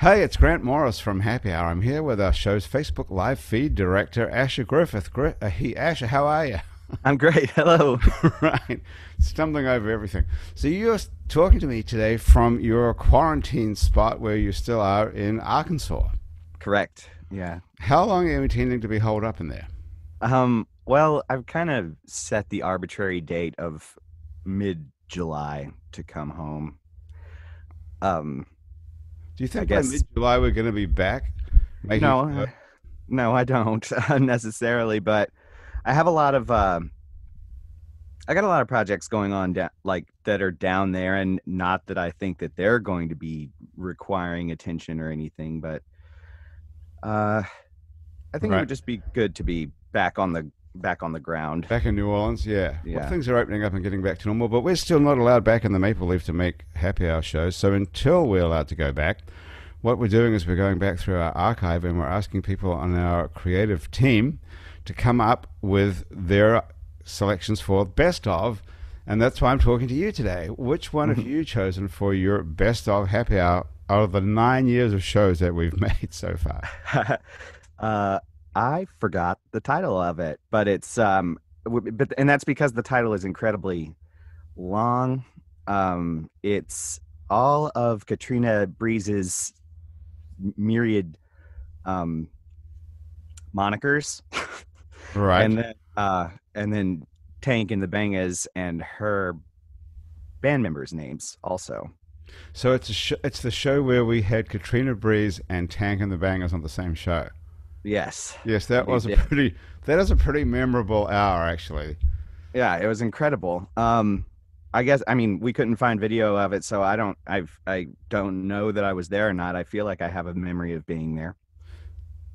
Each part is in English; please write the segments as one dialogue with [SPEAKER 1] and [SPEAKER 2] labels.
[SPEAKER 1] Hey, it's Grant Morris from Happy Hour. I'm here with our show's Facebook Live feed director, Asher Griffith. Gri- uh, he, Asher, how are you?
[SPEAKER 2] I'm great. Hello.
[SPEAKER 1] right, stumbling over everything. So you're talking to me today from your quarantine spot where you still are in Arkansas.
[SPEAKER 2] Correct. Yeah.
[SPEAKER 1] How long are you intending to be holed up in there?
[SPEAKER 2] Um, well, I've kind of set the arbitrary date of mid July to come home. Um,
[SPEAKER 1] Do you think by
[SPEAKER 2] guess-
[SPEAKER 1] mid-July we're going to be back? making-
[SPEAKER 2] no,
[SPEAKER 1] uh,
[SPEAKER 2] I- no, I don't necessarily, but I have a lot of, uh, I got a lot of projects going on down, like that are down there, and not that I think that they're going to be requiring attention or anything, but uh, I think it
[SPEAKER 1] Right.
[SPEAKER 2] would just be good to be back on the back on the ground.
[SPEAKER 1] back in New Orleans, yeah. Well,
[SPEAKER 2] Yeah.
[SPEAKER 1] things are opening up and getting back to normal, but we're still not allowed back in the Maple Leaf to make happy hour shows. So until we're allowed to go back, what we're doing is we're going back through our archive and we're asking people on our creative team to come up with their selections for best of. And that's why I'm talking to you today. Which one have you chosen for your best of happy hour out of the nine years of shows that we've made so far?
[SPEAKER 2] uh, I forgot the title of it, but it's um, w- but and that's because the title is incredibly long. Um, it's all of Katrina Breeze's myriad um, monikers,
[SPEAKER 1] Right.
[SPEAKER 2] and then uh, and then Tank and the Bangas and her band members' names also.
[SPEAKER 1] So it's a sh- it's the show where we had Katrina Breeze and Tank and the Bangers on the same show.
[SPEAKER 2] Yes,
[SPEAKER 1] Yes, that
[SPEAKER 2] We
[SPEAKER 1] was a
[SPEAKER 2] did.
[SPEAKER 1] pretty that is a pretty memorable hour actually.
[SPEAKER 2] yeah it was incredible um i guess i mean we couldn't find video of it so i don't i've i don't know that i was there or not i feel like i have a memory of being there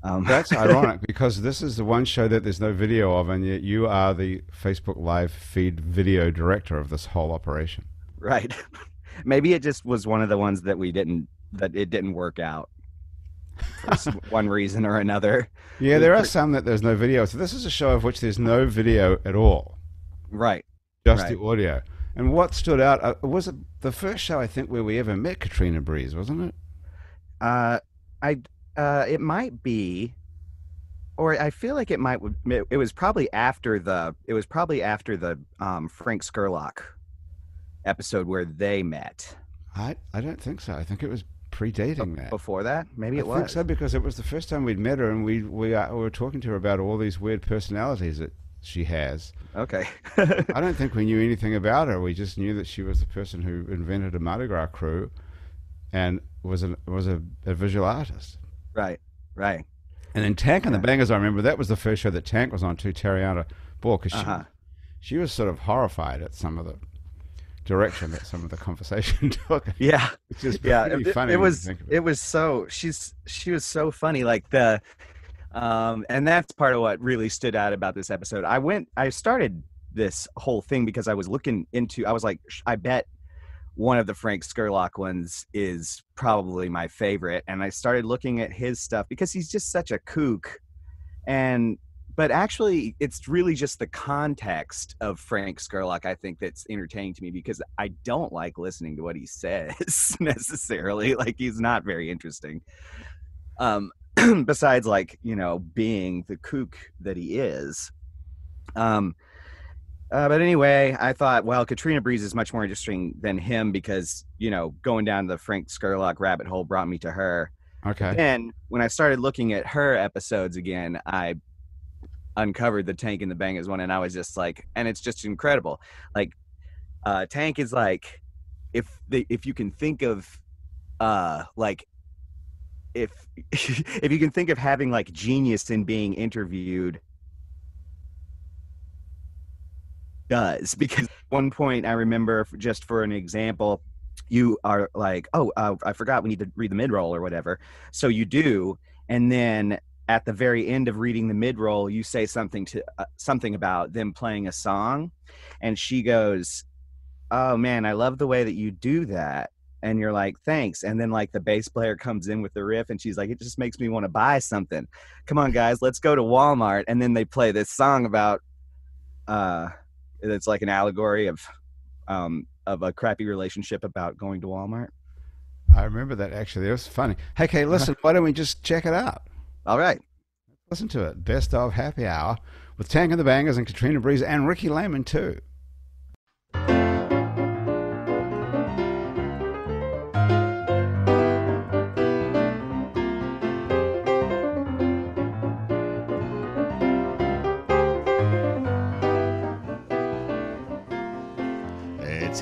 [SPEAKER 2] um
[SPEAKER 1] That's ironic because this is the one show that there's no video of, and yet you are the Facebook Live feed video director of this whole operation.
[SPEAKER 2] right maybe it just was one of the ones that we didn't that it didn't work out for s- one reason or another
[SPEAKER 1] Yeah,
[SPEAKER 2] It was
[SPEAKER 1] there are
[SPEAKER 2] pretty-
[SPEAKER 1] some that there's no video. So this is a show of which there's no video at all.
[SPEAKER 2] right
[SPEAKER 1] just
[SPEAKER 2] Right.
[SPEAKER 1] the audio. And what stood out uh, was it the first show I think where we ever met Katrina Breeze, wasn't it?
[SPEAKER 2] uh i uh it might be or i feel like it might it, it was probably after the it was probably after the um frank skurlock episode where they met
[SPEAKER 1] I I don't think so. I think it was predating that.
[SPEAKER 2] before that maybe it
[SPEAKER 1] I think
[SPEAKER 2] was
[SPEAKER 1] so because it was the first time we'd met her, and we we, uh, we were talking to her about all these weird personalities that she has.
[SPEAKER 2] okay
[SPEAKER 1] I don't think we knew anything about her. We just knew that she was the person who invented a Mardi Gras crew, and was an, was a, a visual artist.
[SPEAKER 2] right right
[SPEAKER 1] And then Tank and the
[SPEAKER 2] Yeah.
[SPEAKER 1] Bangers, I remember that was the first show that Tank was on too. Terriana Ball, because
[SPEAKER 2] Uh-huh.
[SPEAKER 1] she she was sort of horrified at some of the direction that some of the conversation took.
[SPEAKER 2] yeah
[SPEAKER 1] It's just
[SPEAKER 2] yeah
[SPEAKER 1] pretty
[SPEAKER 2] it, it
[SPEAKER 1] funny. when you
[SPEAKER 2] was
[SPEAKER 1] think of
[SPEAKER 2] it was so she's she was so funny like the um and that's part of what really stood out about this episode i went i started this whole thing because i was looking into i was like "Sh- i bet one of the frank skurlock ones is probably my favorite and i started looking at his stuff because he's just such a kook and but actually it's really just the context of frank skurlock i think that's entertaining to me because i don't like listening to what he says necessarily like he's not very interesting um besides like you know being the kook that he is um uh, but anyway i thought well katrina breeze is much more interesting than him because you know going down the frank skurlock rabbit hole brought me to her
[SPEAKER 1] Okay,
[SPEAKER 2] then when I started looking at her episodes again, I uncovered the Tank and the Bangers one, and I was just like, and it's just incredible. Like, uh, Tank is like, if the if you can think of, uh, like, if if you can think of having like genius in being interviewed does because at one point i remember f- just for an example you are like oh uh, i forgot we need to read the mid-roll or whatever so you do, and then at the very end of reading the mid roll, you say something to uh, something about them playing a song, and she goes, "Oh man, I love the way that you do that." And you're like, "Thanks." And then like the bass player comes in with the riff, and she's like, "It just makes me want to buy something. Come on, guys, let's go to Walmart." And then they play this song about, uh, it's like an allegory of, um, of a crappy relationship about going to Walmart.
[SPEAKER 1] I remember that actually. It was funny. Hey, Kate, listen, why don't we just check it out?
[SPEAKER 2] All right.
[SPEAKER 1] Listen to it. Best of Happy Hour with Tank and the Bangers and Katrina Breeze and Ricky Lehman, too. It's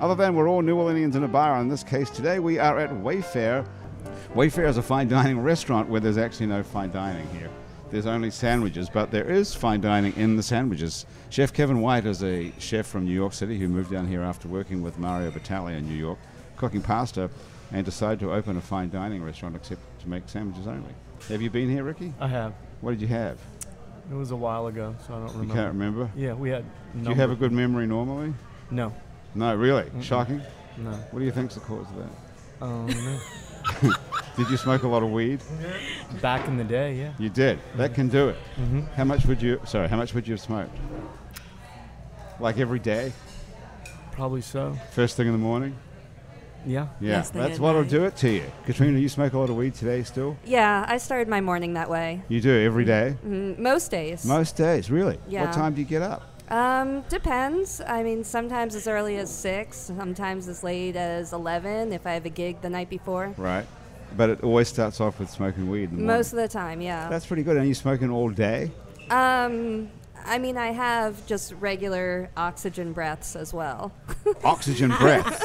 [SPEAKER 1] Other than we're all New Orleanians in a bar, in this case today we are at Wayfair. Wayfair is a fine dining restaurant where there's actually no fine dining here. There's only sandwiches, but there is fine dining in the sandwiches. Chef Kevin White is a chef from New York City who moved down here after working with Mario Batali in New York, cooking pasta, and decided to open a fine dining restaurant except to make sandwiches only. Have you been here, Ricky?
[SPEAKER 3] I have.
[SPEAKER 1] What did you have?
[SPEAKER 3] It was a while ago, so I don't remember.
[SPEAKER 1] You can't remember?
[SPEAKER 3] Yeah, we had.
[SPEAKER 1] Do you have a good memory normally?
[SPEAKER 3] No,
[SPEAKER 1] No, really?
[SPEAKER 3] Mm-mm.
[SPEAKER 1] Shocking?
[SPEAKER 3] no.
[SPEAKER 1] What do you think's the cause of that?
[SPEAKER 3] Oh no.
[SPEAKER 1] Did you smoke a lot of weed?
[SPEAKER 3] Back in the day, yeah.
[SPEAKER 1] You did. That can do it.
[SPEAKER 3] Mm-hmm.
[SPEAKER 1] How much would you? Sorry, how much would you have smoked? Like every day,
[SPEAKER 3] Probably so.
[SPEAKER 1] first thing in the morning.
[SPEAKER 3] Yeah.
[SPEAKER 1] Yeah,
[SPEAKER 4] Last thing
[SPEAKER 1] that's
[SPEAKER 4] at
[SPEAKER 1] what'll
[SPEAKER 4] night.
[SPEAKER 1] do it to you. Katrina, you smoke a lot of weed today still.
[SPEAKER 4] Yeah, I started my morning that way.
[SPEAKER 1] You do every day.
[SPEAKER 4] Mm, most days.
[SPEAKER 1] Most days, really.
[SPEAKER 4] Yeah.
[SPEAKER 1] What time do you get up?
[SPEAKER 4] um, depends. I mean, sometimes as early as 6, sometimes as late as 11 if I have a gig the night before.
[SPEAKER 1] Right. But it always starts off with smoking weed. In the morning.
[SPEAKER 4] Most of the time, yeah.
[SPEAKER 1] That's pretty good. And you smoking all day?
[SPEAKER 4] Um, I mean, I have just regular oxygen breaths as well.
[SPEAKER 1] Oxygen breaths.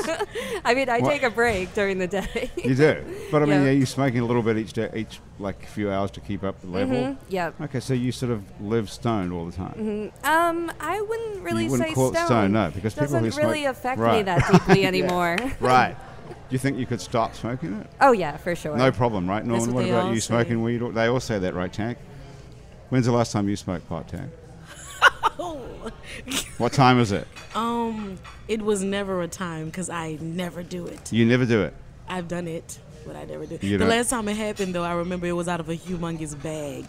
[SPEAKER 4] I mean, I
[SPEAKER 1] What?
[SPEAKER 4] take a break during the day.
[SPEAKER 1] you do. But I mean,
[SPEAKER 4] Yeah.
[SPEAKER 1] are you smoking a little bit each day, each like few hours to keep up the level?
[SPEAKER 4] Mhm, Yep.
[SPEAKER 1] Okay, so you sort of live stoned all the time.
[SPEAKER 4] Um, I wouldn't really
[SPEAKER 1] You wouldn't
[SPEAKER 4] say
[SPEAKER 1] call it
[SPEAKER 4] stone.
[SPEAKER 1] stone, no, because people
[SPEAKER 4] doesn't
[SPEAKER 1] who smoke-
[SPEAKER 4] really affect me
[SPEAKER 1] Right.
[SPEAKER 4] that deeply anymore.
[SPEAKER 1] Right. Do you think you could stop smoking it?
[SPEAKER 4] Oh yeah, for sure.
[SPEAKER 1] No problem, right? Norman,
[SPEAKER 4] what
[SPEAKER 1] what
[SPEAKER 4] they
[SPEAKER 1] about
[SPEAKER 4] all
[SPEAKER 1] you
[SPEAKER 4] say.
[SPEAKER 1] smoking weed? Or- They all say that, right, Tank? When's the last time you smoked pot, Tank? what time is it?
[SPEAKER 5] Um, Oh, it was never a time because I never do it.
[SPEAKER 1] You never do it.
[SPEAKER 5] I've done it, but I never do it.
[SPEAKER 1] You
[SPEAKER 5] the
[SPEAKER 1] don't-
[SPEAKER 5] last time it happened, though, I remember it was out of a humongous bag.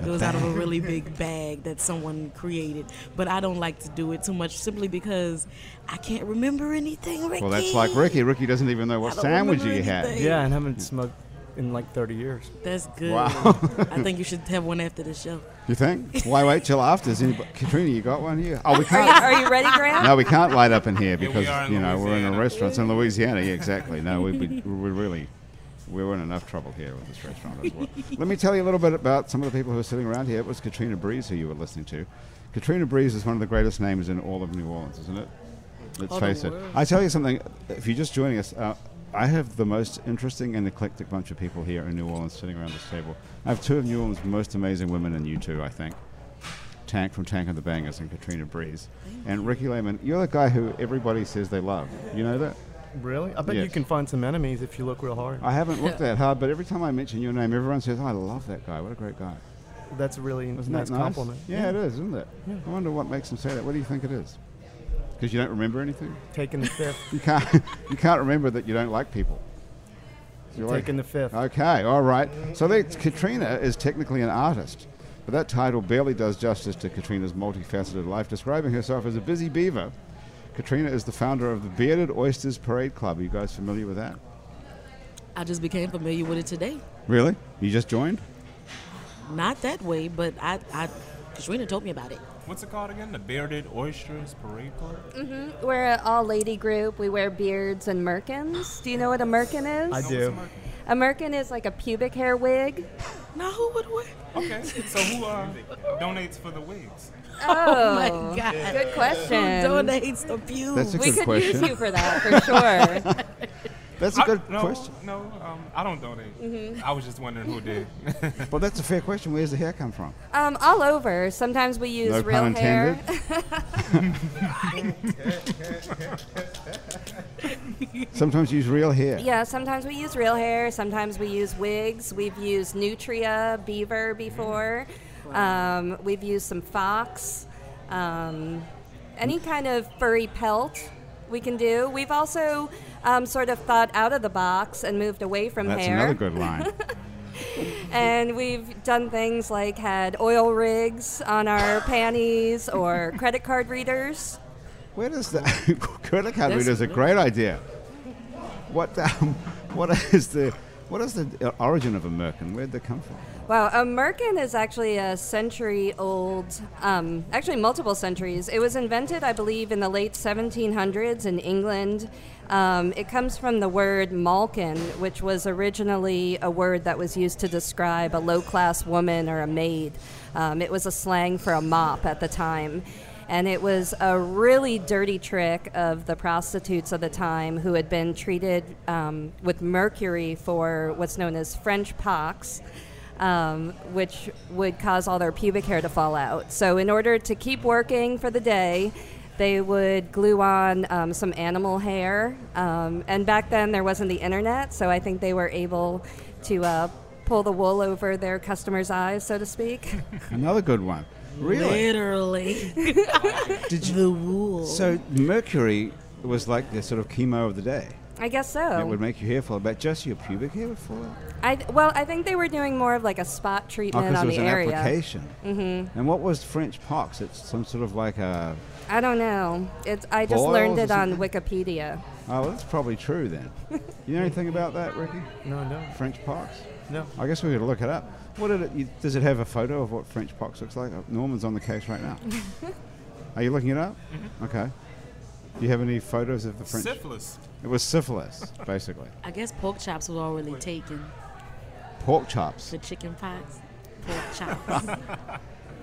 [SPEAKER 5] It was out of a really big bag that someone created. But I don't like to do it too much simply because I can't remember anything, Ricky.
[SPEAKER 1] Well, that's like Ricky. Ricky doesn't even know what
[SPEAKER 5] I don't
[SPEAKER 1] sandwich
[SPEAKER 5] remember
[SPEAKER 1] you had.
[SPEAKER 5] anything.
[SPEAKER 3] Yeah, and haven't smoked in like 30 years.
[SPEAKER 5] That's good.
[SPEAKER 1] Wow.
[SPEAKER 5] I think you should have one after the show.
[SPEAKER 1] You think? Why wait till after? Is anybody- Katrina, you got one here? Oh, we
[SPEAKER 4] Are you,
[SPEAKER 1] can't.
[SPEAKER 4] are you ready, Graham?
[SPEAKER 1] No, we can't light up in here
[SPEAKER 6] we
[SPEAKER 1] because
[SPEAKER 6] are in
[SPEAKER 1] you know we're in a
[SPEAKER 6] Louisiana.
[SPEAKER 1] restaurant It's in Louisiana. Yeah, exactly. No, we we we're really we're in enough trouble here with this restaurant as well. Let me tell you a little bit about some of the people who are sitting around here. It was Katrina Breeze who you were listening to. Katrina Breeze is one of the greatest names in all of New Orleans, isn't it? Let's
[SPEAKER 5] All the
[SPEAKER 1] face it.
[SPEAKER 5] world.
[SPEAKER 1] I tell you something. If you're just joining us. Uh, I have the most interesting and eclectic bunch of people here in New Orleans sitting around this table. I have two of New Orleans' most amazing women, and you two, I think. Tank from Tank and the Bangers and Katrina Breeze. And Ricky Lehman, you're the guy who everybody says they love. You know that?
[SPEAKER 3] Really? I bet
[SPEAKER 1] Yes.
[SPEAKER 3] you can find some enemies if you look real hard.
[SPEAKER 1] I haven't looked that hard, but every time I mention your name, everyone says, "Oh, I love that guy. What a great guy.
[SPEAKER 3] That's a really
[SPEAKER 1] Isn't
[SPEAKER 3] nice
[SPEAKER 1] that nice?
[SPEAKER 3] compliment.
[SPEAKER 1] Yeah, it is, isn't it? I wonder what makes them say that. What do you think it is? Because you don't remember anything?
[SPEAKER 3] Taking the fifth.
[SPEAKER 1] You can't, you can't remember that you don't like people. You like-
[SPEAKER 3] taking the fifth.
[SPEAKER 1] Okay, all right. So that's, Katrina is technically an artist, but that title barely does justice to Katrina's multifaceted life. Describing herself as a busy beaver, Katrina is the founder of the Bearded Oysters Parade Club. Are you guys familiar with that?
[SPEAKER 5] I just became familiar with it today.
[SPEAKER 1] Really? You just joined?
[SPEAKER 5] Not that way, but I, I, Katrina told me about it.
[SPEAKER 6] What's it called again? The Bearded Oysters Parade Club?
[SPEAKER 4] We're an all lady group. We wear beards and merkins. Do you know what a merkin is?
[SPEAKER 3] I do.
[SPEAKER 4] A merkin is like a pubic hair wig.
[SPEAKER 5] Now, who would wear?
[SPEAKER 6] Okay, so who uh, donates for the wigs?
[SPEAKER 5] Oh, my God.
[SPEAKER 4] Good
[SPEAKER 5] Who
[SPEAKER 4] question.
[SPEAKER 5] donates the pew?
[SPEAKER 1] That's a
[SPEAKER 4] We
[SPEAKER 1] good
[SPEAKER 4] could
[SPEAKER 1] question.
[SPEAKER 4] use you for that for sure.
[SPEAKER 1] That's a good
[SPEAKER 6] I, no,
[SPEAKER 1] question.
[SPEAKER 6] No, um, I don't donate.
[SPEAKER 5] Mm-hmm.
[SPEAKER 6] I was just wondering who did.
[SPEAKER 1] Well, that's a fair question. Where's the hair come from?
[SPEAKER 4] Um, all over. Sometimes we use
[SPEAKER 1] no
[SPEAKER 4] real
[SPEAKER 1] pun
[SPEAKER 4] hair.
[SPEAKER 1] intended. Sometimes use real hair.
[SPEAKER 4] Yeah, sometimes we use real hair, sometimes we use wigs. We've used Nutria, Beaver before.
[SPEAKER 1] Mm-hmm.
[SPEAKER 4] Um, we've used some fox. Um, any kind of furry pelt we can do. We've also um, sort of thought out of the box and moved away from
[SPEAKER 1] That's
[SPEAKER 4] hair.
[SPEAKER 1] another good line.
[SPEAKER 4] And we've done things like had oil rigs on our panties or credit card readers.
[SPEAKER 1] Where does the credit card
[SPEAKER 5] That's
[SPEAKER 1] reader is a
[SPEAKER 5] good.
[SPEAKER 1] great idea. What um, what is the what is the uh, origin of a merkin? Where'd they come from?
[SPEAKER 4] Wow, a merkin is actually a century old, um, actually multiple centuries. It was invented, I believe, in the late 1700s in England. Um, it comes from the word malkin, which was originally a word that was used to describe a low class woman or a maid. Um, it was a slang for a mop at the time. And it was a really dirty trick of the prostitutes of the time who had been treated um, with mercury for what's known as French pox um, which would cause all their pubic hair to fall out. So, in order to keep working for the day, they would glue on um, some animal hair. Um, and back then, there wasn't the internet, so I think they were able to uh, pull the wool over their customers' eyes, so to speak.
[SPEAKER 1] Another good one. Really?
[SPEAKER 5] Literally.
[SPEAKER 1] Did you,
[SPEAKER 5] the wool.
[SPEAKER 1] so mercury was like the sort of chemo of the day.
[SPEAKER 4] I guess
[SPEAKER 1] It would
[SPEAKER 4] so.
[SPEAKER 1] make your hair fall, but just your pubic hair would fall out.
[SPEAKER 4] I th- well, I think they were doing more of like a spot
[SPEAKER 1] Oh,
[SPEAKER 4] treatment
[SPEAKER 1] because
[SPEAKER 4] on
[SPEAKER 1] it was
[SPEAKER 4] the
[SPEAKER 1] an
[SPEAKER 4] area.
[SPEAKER 1] application. Mm-hmm. And what was French pox? It's some sort of like a.
[SPEAKER 4] I don't know. It's I just
[SPEAKER 1] Boils
[SPEAKER 4] learned
[SPEAKER 1] or
[SPEAKER 4] it on
[SPEAKER 1] something?
[SPEAKER 4] Wikipedia.
[SPEAKER 1] Oh, well, that's probably true then. You know anything about that, Ricky?
[SPEAKER 3] No, no,
[SPEAKER 1] French pox?
[SPEAKER 3] no.
[SPEAKER 1] I guess we could look it up. What did it, you, does it have a photo of what French pox looks like? Oh, Norman's on the case right now. Are you looking it up? Okay. Do you have any photos of the French?
[SPEAKER 6] Syphilis.
[SPEAKER 1] It was syphilis, basically.
[SPEAKER 5] I guess pork chops was already taken.
[SPEAKER 1] Pork chops.
[SPEAKER 5] The chicken pox. Pork chops.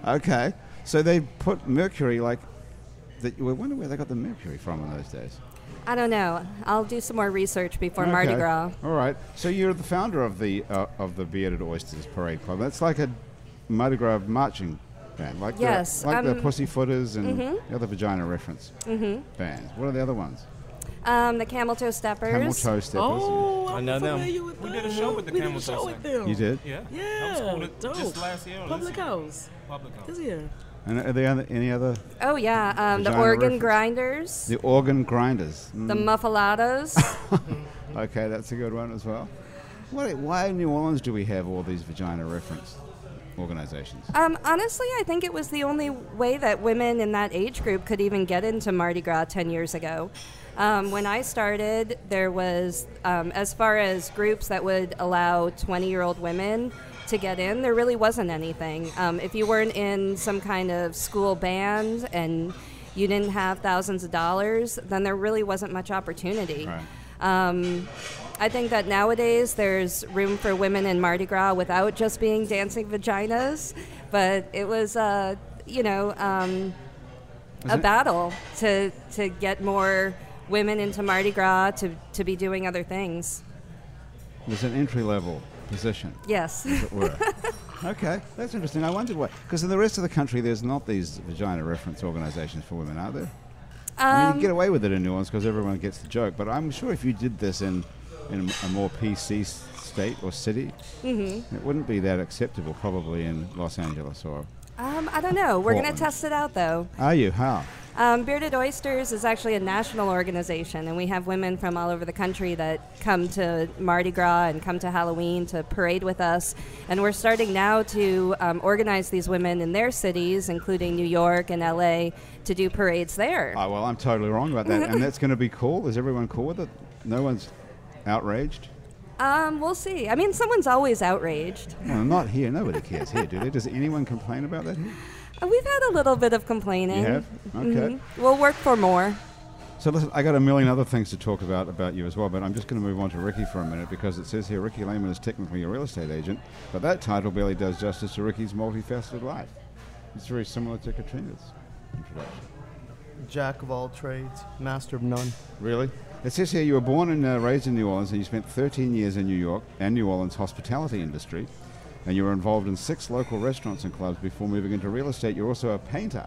[SPEAKER 1] Okay. So they put mercury like. The, we wonder where they got the mercury from in those days.
[SPEAKER 4] I don't know. I'll do some more research before Mardi
[SPEAKER 1] Okay.
[SPEAKER 4] Gras.
[SPEAKER 1] All right. So you're the founder of the uh, of the Bearded Oysters Parade Club. That's like a Mardi Gras marching band, like
[SPEAKER 4] Yes,
[SPEAKER 1] the, like the
[SPEAKER 4] um, mm-hmm.
[SPEAKER 1] Pussyfooters and the other vagina reference bands. What are the other ones?
[SPEAKER 4] Um, the Camel Toe Steppers.
[SPEAKER 1] Camel Toe Steppers.
[SPEAKER 5] oh,
[SPEAKER 3] I
[SPEAKER 5] I'm
[SPEAKER 3] know them.
[SPEAKER 5] familiar with
[SPEAKER 6] We
[SPEAKER 5] them.
[SPEAKER 6] did a show with the
[SPEAKER 5] We did a
[SPEAKER 6] Camel
[SPEAKER 5] show
[SPEAKER 6] Toe
[SPEAKER 5] with
[SPEAKER 6] Steppers.
[SPEAKER 5] them.
[SPEAKER 1] You did.
[SPEAKER 6] Yeah. That was
[SPEAKER 5] Yeah.
[SPEAKER 6] cool.
[SPEAKER 5] dope.
[SPEAKER 6] Just last year. or
[SPEAKER 5] Public
[SPEAKER 6] this year.
[SPEAKER 5] House.
[SPEAKER 6] Public
[SPEAKER 5] This
[SPEAKER 6] House.
[SPEAKER 5] year.
[SPEAKER 1] And are there any- any other?
[SPEAKER 4] Oh yeah, um, the
[SPEAKER 1] Vagina
[SPEAKER 4] organ
[SPEAKER 1] reference.
[SPEAKER 4] grinders,
[SPEAKER 1] The organ grinders.
[SPEAKER 4] the muffalados.
[SPEAKER 1] Okay, that's a good one as well. What, why in New Orleans do we have all these vagina reference organizations?
[SPEAKER 4] um, honestly, I think it was the only way that women in that age group could even get into Mardi Gras ten years ago. Um, when I started, there was um, as far as groups that would allow twenty-year-old women to get in, there really wasn't anything. Um, if you weren't in some kind of school band and you didn't have thousands of dollars, then there really wasn't much opportunity.
[SPEAKER 1] Right.
[SPEAKER 4] Um, I think that nowadays there's room for women in Mardi Gras without just being dancing vaginas, but it was, uh, you know, um, a
[SPEAKER 1] it-
[SPEAKER 4] battle to to get more women into Mardi Gras to, to be doing other things.
[SPEAKER 1] It's an entry level position.
[SPEAKER 4] Yes.
[SPEAKER 1] it were. okay, that's interesting. I wondered why. Because in the rest of the country, there's not these vagina reference organizations for women, are there? I mean, you get away with it in New Orleans because everyone gets the joke. But I'm sure if you did this in, in a more PC s- state or city, it wouldn't be that acceptable, probably in Los Angeles or.
[SPEAKER 4] Um, I don't know. We're going
[SPEAKER 1] Portland.
[SPEAKER 4] to test it out though.
[SPEAKER 1] Are you? How?
[SPEAKER 4] Um, Bearded Oysters is actually a national organization, and we have women from all over the country that come to Mardi Gras and come to Halloween to parade with us. And we're starting now to um, organize these women in their cities, including New York and LA, to do parades there.
[SPEAKER 1] Oh, well, I'm totally wrong about that. and that's going to be cool. Is everyone cool with it? No one's outraged?
[SPEAKER 4] Um, we'll see. I mean, someone's always outraged.
[SPEAKER 1] Well, not here. Nobody cares here, do they? Does anyone complain about that here?
[SPEAKER 4] Uh, We've had a little bit of complaining.
[SPEAKER 1] You have? Okay.
[SPEAKER 4] Mhm. We'll work for more.
[SPEAKER 1] So listen, I got a million other things to talk about about you as well, but I'm just going to move on to Ricky for a minute because it says here Ricky Lehman is technically a real estate agent, but that title barely does justice to Ricky's multifaceted life. It's very similar to Katrina's introduction.
[SPEAKER 3] Jack of all trades, master of none.
[SPEAKER 1] Really? It says here you were born and uh, raised in New Orleans, and you spent 13 years in New York and New Orleans hospitality industry, and you were involved in six local restaurants and clubs before moving into real estate. You're also a painter.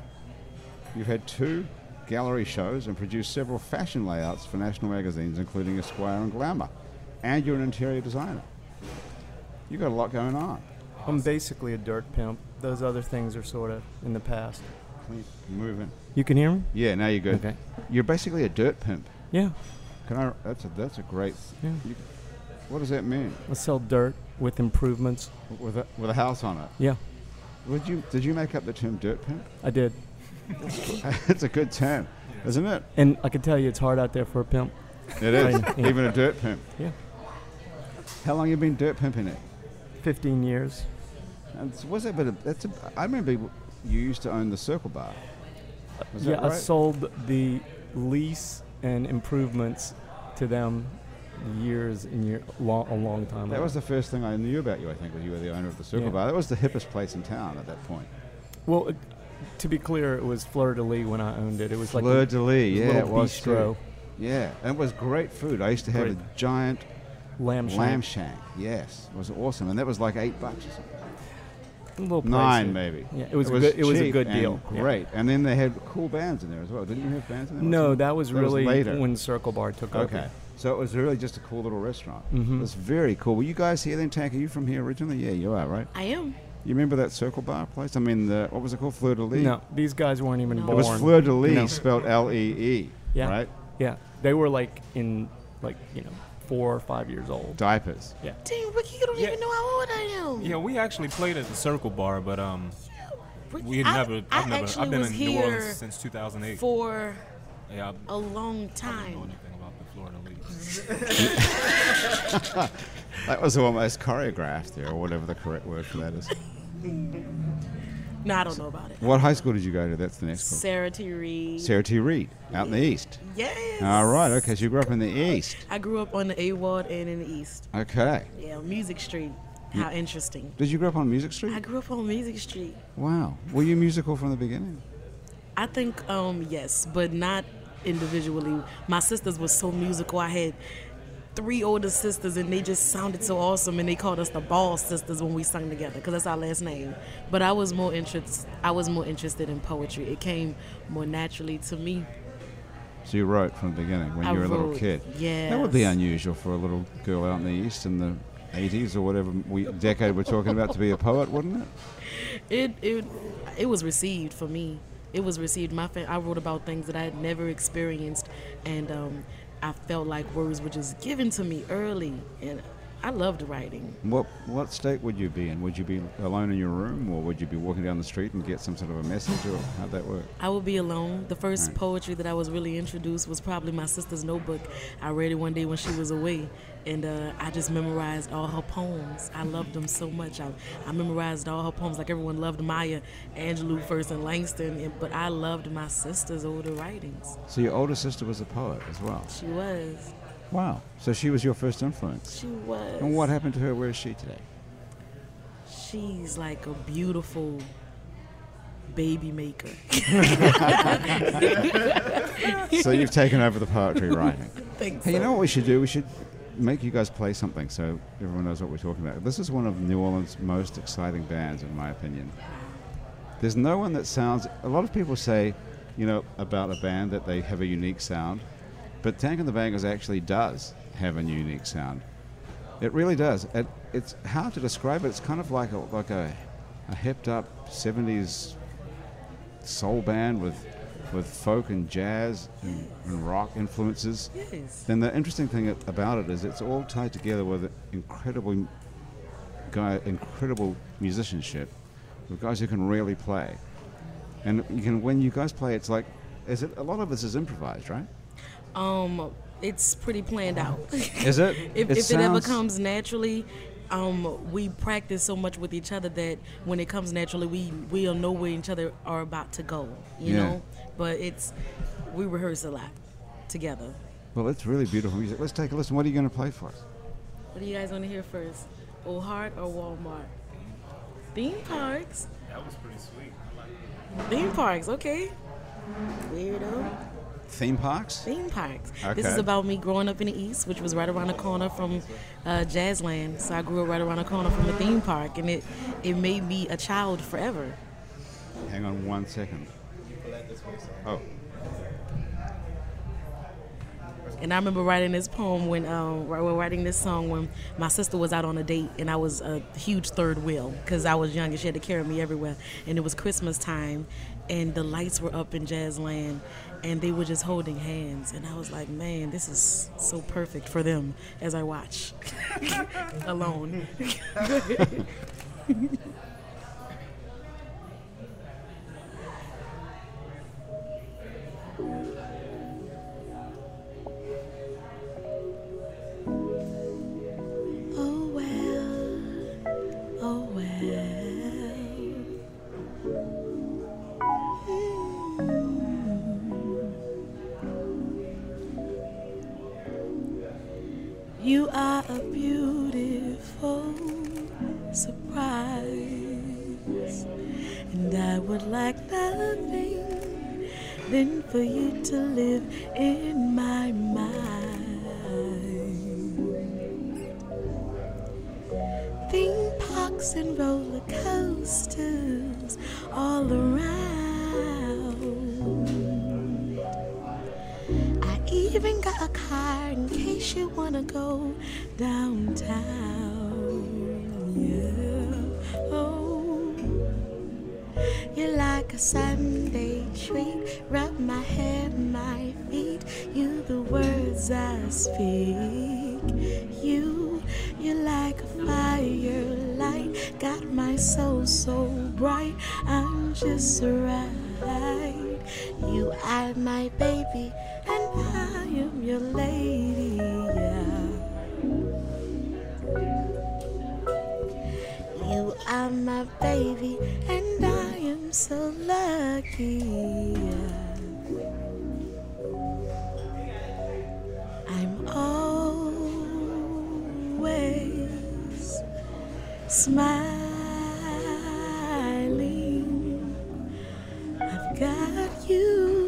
[SPEAKER 1] You've had two gallery shows and produced several fashion layouts for national magazines, including Esquire and Glamour. And you're an interior designer. You've got a lot going on.
[SPEAKER 3] I'm basically a dirt pimp. Those other things are sort of in the past.
[SPEAKER 1] Keep moving.
[SPEAKER 3] You can hear me?
[SPEAKER 1] Yeah, now you're good.
[SPEAKER 3] Okay.
[SPEAKER 1] You're basically a dirt pimp.
[SPEAKER 3] Yeah.
[SPEAKER 1] Can I? That's a that's a great.
[SPEAKER 3] Yeah.
[SPEAKER 1] You, what does that mean?
[SPEAKER 3] I sell dirt with improvements.
[SPEAKER 1] With a with a house on it.
[SPEAKER 3] Yeah,
[SPEAKER 1] Would you did you make up the term dirt pimp?
[SPEAKER 3] I did.
[SPEAKER 1] it's a good term, isn't it?
[SPEAKER 3] And I can tell you it's hard out there for a pimp.
[SPEAKER 1] It is.
[SPEAKER 3] Right, yeah.
[SPEAKER 1] Even a dirt pimp.
[SPEAKER 3] Yeah.
[SPEAKER 1] How long you been dirt pimping it?
[SPEAKER 3] 15 years.
[SPEAKER 1] And so was that? But that's. A, I remember you used to own the Circle Bar. Was
[SPEAKER 3] yeah,
[SPEAKER 1] that
[SPEAKER 3] I
[SPEAKER 1] right?
[SPEAKER 3] sold the lease and improvements to them years and year long, a long time
[SPEAKER 1] That
[SPEAKER 3] ago.
[SPEAKER 1] was the first thing I knew about you. I think was you were the owner of the Circle
[SPEAKER 3] Yeah.
[SPEAKER 1] Bar. That was the hippest place in town at that point.
[SPEAKER 3] well, it, to be clear, it was Fleur de Lis when I owned it. It was like
[SPEAKER 1] Fleur
[SPEAKER 3] a
[SPEAKER 1] de Lis, yeah,
[SPEAKER 3] little
[SPEAKER 1] it was too.
[SPEAKER 3] bistro,
[SPEAKER 1] Yeah, and it was great food. I used to have
[SPEAKER 3] Great.
[SPEAKER 1] a giant
[SPEAKER 3] lamb shank.
[SPEAKER 1] lamb shank. Yes, it was awesome, and that was like eight bucks or something.
[SPEAKER 3] A little
[SPEAKER 1] Nine
[SPEAKER 3] pricey.
[SPEAKER 1] maybe.
[SPEAKER 3] Yeah, it was, a good, it was a
[SPEAKER 1] cheap
[SPEAKER 3] good
[SPEAKER 1] and
[SPEAKER 3] deal. Yeah.
[SPEAKER 1] Great, and then they had cool bands in there as well. Didn't you have bands in there?
[SPEAKER 3] No,
[SPEAKER 1] Also?
[SPEAKER 3] that was really
[SPEAKER 1] later.
[SPEAKER 3] when Circle Bar took over.
[SPEAKER 1] okay. So it was really just a cool little restaurant.
[SPEAKER 3] Mm-hmm.
[SPEAKER 1] It was very cool. Were you guys here then, Tank? Are you from here originally? Yeah, you are, right?
[SPEAKER 5] I am.
[SPEAKER 1] You remember that Circle Bar place? I mean, the, what was it called? Fleur de Lis?
[SPEAKER 3] No, these guys weren't even
[SPEAKER 5] No.
[SPEAKER 1] It
[SPEAKER 3] born.
[SPEAKER 1] was Fleur de Lis,
[SPEAKER 3] No.
[SPEAKER 1] spelled L E E,
[SPEAKER 3] Yeah.
[SPEAKER 1] right?
[SPEAKER 3] Yeah, they were like in like you know four or five years old.
[SPEAKER 1] Diapers.
[SPEAKER 5] Dang, Ricky, you don't
[SPEAKER 6] Yeah.
[SPEAKER 5] even know how old I am.
[SPEAKER 6] Yeah, we actually played at the Circle Bar, but um,
[SPEAKER 5] Ricky,
[SPEAKER 6] we had
[SPEAKER 5] I,
[SPEAKER 6] never.
[SPEAKER 5] I
[SPEAKER 6] I've never.
[SPEAKER 5] actually
[SPEAKER 6] I've been
[SPEAKER 5] was
[SPEAKER 6] in New
[SPEAKER 5] here
[SPEAKER 6] Orleans since 2008.
[SPEAKER 5] for
[SPEAKER 6] yeah, I, I
[SPEAKER 5] a long
[SPEAKER 6] don't know
[SPEAKER 5] time.
[SPEAKER 6] anything about the Florida League.
[SPEAKER 1] That was almost choreographed there, or whatever the correct word for that is.
[SPEAKER 5] No, I don't know about it.
[SPEAKER 1] What high school did you go to? That's the next one.
[SPEAKER 5] Sarah T. Reed.
[SPEAKER 1] Sarah T. Reed, out in the east.
[SPEAKER 5] Yes.
[SPEAKER 1] All right, okay, so you grew up in the east.
[SPEAKER 5] I grew up on the A Ward and in the East.
[SPEAKER 1] Okay.
[SPEAKER 5] Yeah, Music Street. How interesting.
[SPEAKER 1] Did you grow up on Music
[SPEAKER 5] I
[SPEAKER 1] Street?
[SPEAKER 5] grew up on Music Street.
[SPEAKER 1] Wow. Were you musical from the beginning?
[SPEAKER 5] I think um yes, but not individually. My sisters were so musical. I had three older sisters and they just sounded so awesome and they called us the ball sisters when we sung together because that's our last name but i was more interest i was more interested in poetry it came more naturally to me
[SPEAKER 1] So you wrote from the beginning when
[SPEAKER 5] I
[SPEAKER 1] you were a little
[SPEAKER 5] wrote,
[SPEAKER 1] kid. That would be
[SPEAKER 5] yes.
[SPEAKER 1] unusual for a little girl out in the east in the 80s or whatever we, decade we're talking about to be a poet, wouldn't it?
[SPEAKER 5] it it it was received for me. It was received. My fa- I wrote about things that I had never experienced, and um, I felt like words were just given to me early, and I loved writing.
[SPEAKER 1] What what state would you be in? Would you be alone in your room, or would you be walking down the street and get some sort of a message, or how'd that work?
[SPEAKER 5] I would be alone. The first
[SPEAKER 1] Right.
[SPEAKER 5] poetry that I was really introduced was probably my sister's notebook. I read it one day when she was away, and uh, I just memorized all her poems. I loved them so much. I, I memorized all her poems. Like everyone loved Maya Angelou first and Langston, and, but I loved my sister's older writings.
[SPEAKER 1] So your older sister was a poet as well.
[SPEAKER 5] She was.
[SPEAKER 1] Wow. So she was your first influence.
[SPEAKER 5] She was.
[SPEAKER 1] And what happened to her? Where is she today?
[SPEAKER 5] She's like a beautiful baby maker.
[SPEAKER 1] so you've taken over the poetry writing.
[SPEAKER 5] Thanks.
[SPEAKER 1] Hey, you know what we should do? We should make you guys play something so everyone knows what we're talking about. This is one of New Orleans' most exciting bands, in my opinion. There's no one that sounds. A lot of people say, you know, about a band that they have a unique sound, but Tank and the Bangers actually does have a unique sound. It really does. It, it's hard to describe it. It's kind of like a like a, a hepped up '70s soul band with with folk and jazz and, and rock influences.
[SPEAKER 5] Yes.
[SPEAKER 1] Then the interesting thing a- about it is it's all tied together with incredible guy, incredible musicianship, with guys who can really play. And you can when you guys play, it's like, is it a lot of this is improvised, right?
[SPEAKER 5] Um, it's pretty planned out.
[SPEAKER 1] Is it?
[SPEAKER 5] if, if it ever
[SPEAKER 1] sounds-
[SPEAKER 5] comes naturally um, we practice so much with each other that when it comes naturally we we'll know where each other are about to go you
[SPEAKER 1] Yeah.
[SPEAKER 5] know but it's we rehearse a lot together
[SPEAKER 1] Well, it's really beautiful music. Let's take a listen. What are you going to play for us?
[SPEAKER 5] what do you guys want to hear first old heart or walmart theme parks
[SPEAKER 6] That was pretty sweet.
[SPEAKER 5] theme parks okay weirdo
[SPEAKER 1] Theme parks.
[SPEAKER 5] theme parks. This
[SPEAKER 1] Okay.
[SPEAKER 5] is about me growing up in the East, which was right around the corner from uh, Jazzland. So I grew up right around the corner from a theme park, and it it made me a child forever.
[SPEAKER 1] Hang on one second. Oh,
[SPEAKER 5] And I remember writing this poem when um, we were writing this song when my sister was out on a date, and I was a huge third wheel because I was young and she had to carry me everywhere. And it was Christmas time, and the lights were up in Jazzland, and they were just holding hands. And I was like, man, this is so perfect for them as I watch alone. Oh well, oh well. You are a beautiful surprise, and I would like nothing than for you to live in my mind. Theme parks and roller coasters all around. I even got a car in case you wanna go downtown. Yeah. Oh, you're like a Sunday treat. Rub my head, my feet. You, the words I speak. You, you're like a firelight. Got my soul so bright. I'm just right. You are my baby, and I am your lady. Yeah. You are my baby, and I am so lucky. I'm always smiling. I've got you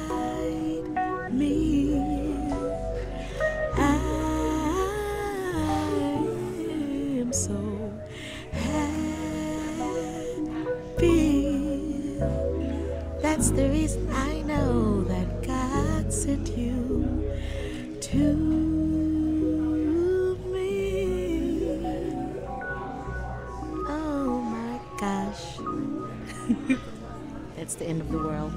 [SPEAKER 5] beside me. I'm so happy. That's the reason I know that God sent you to me. Oh my gosh. That's the end of the world.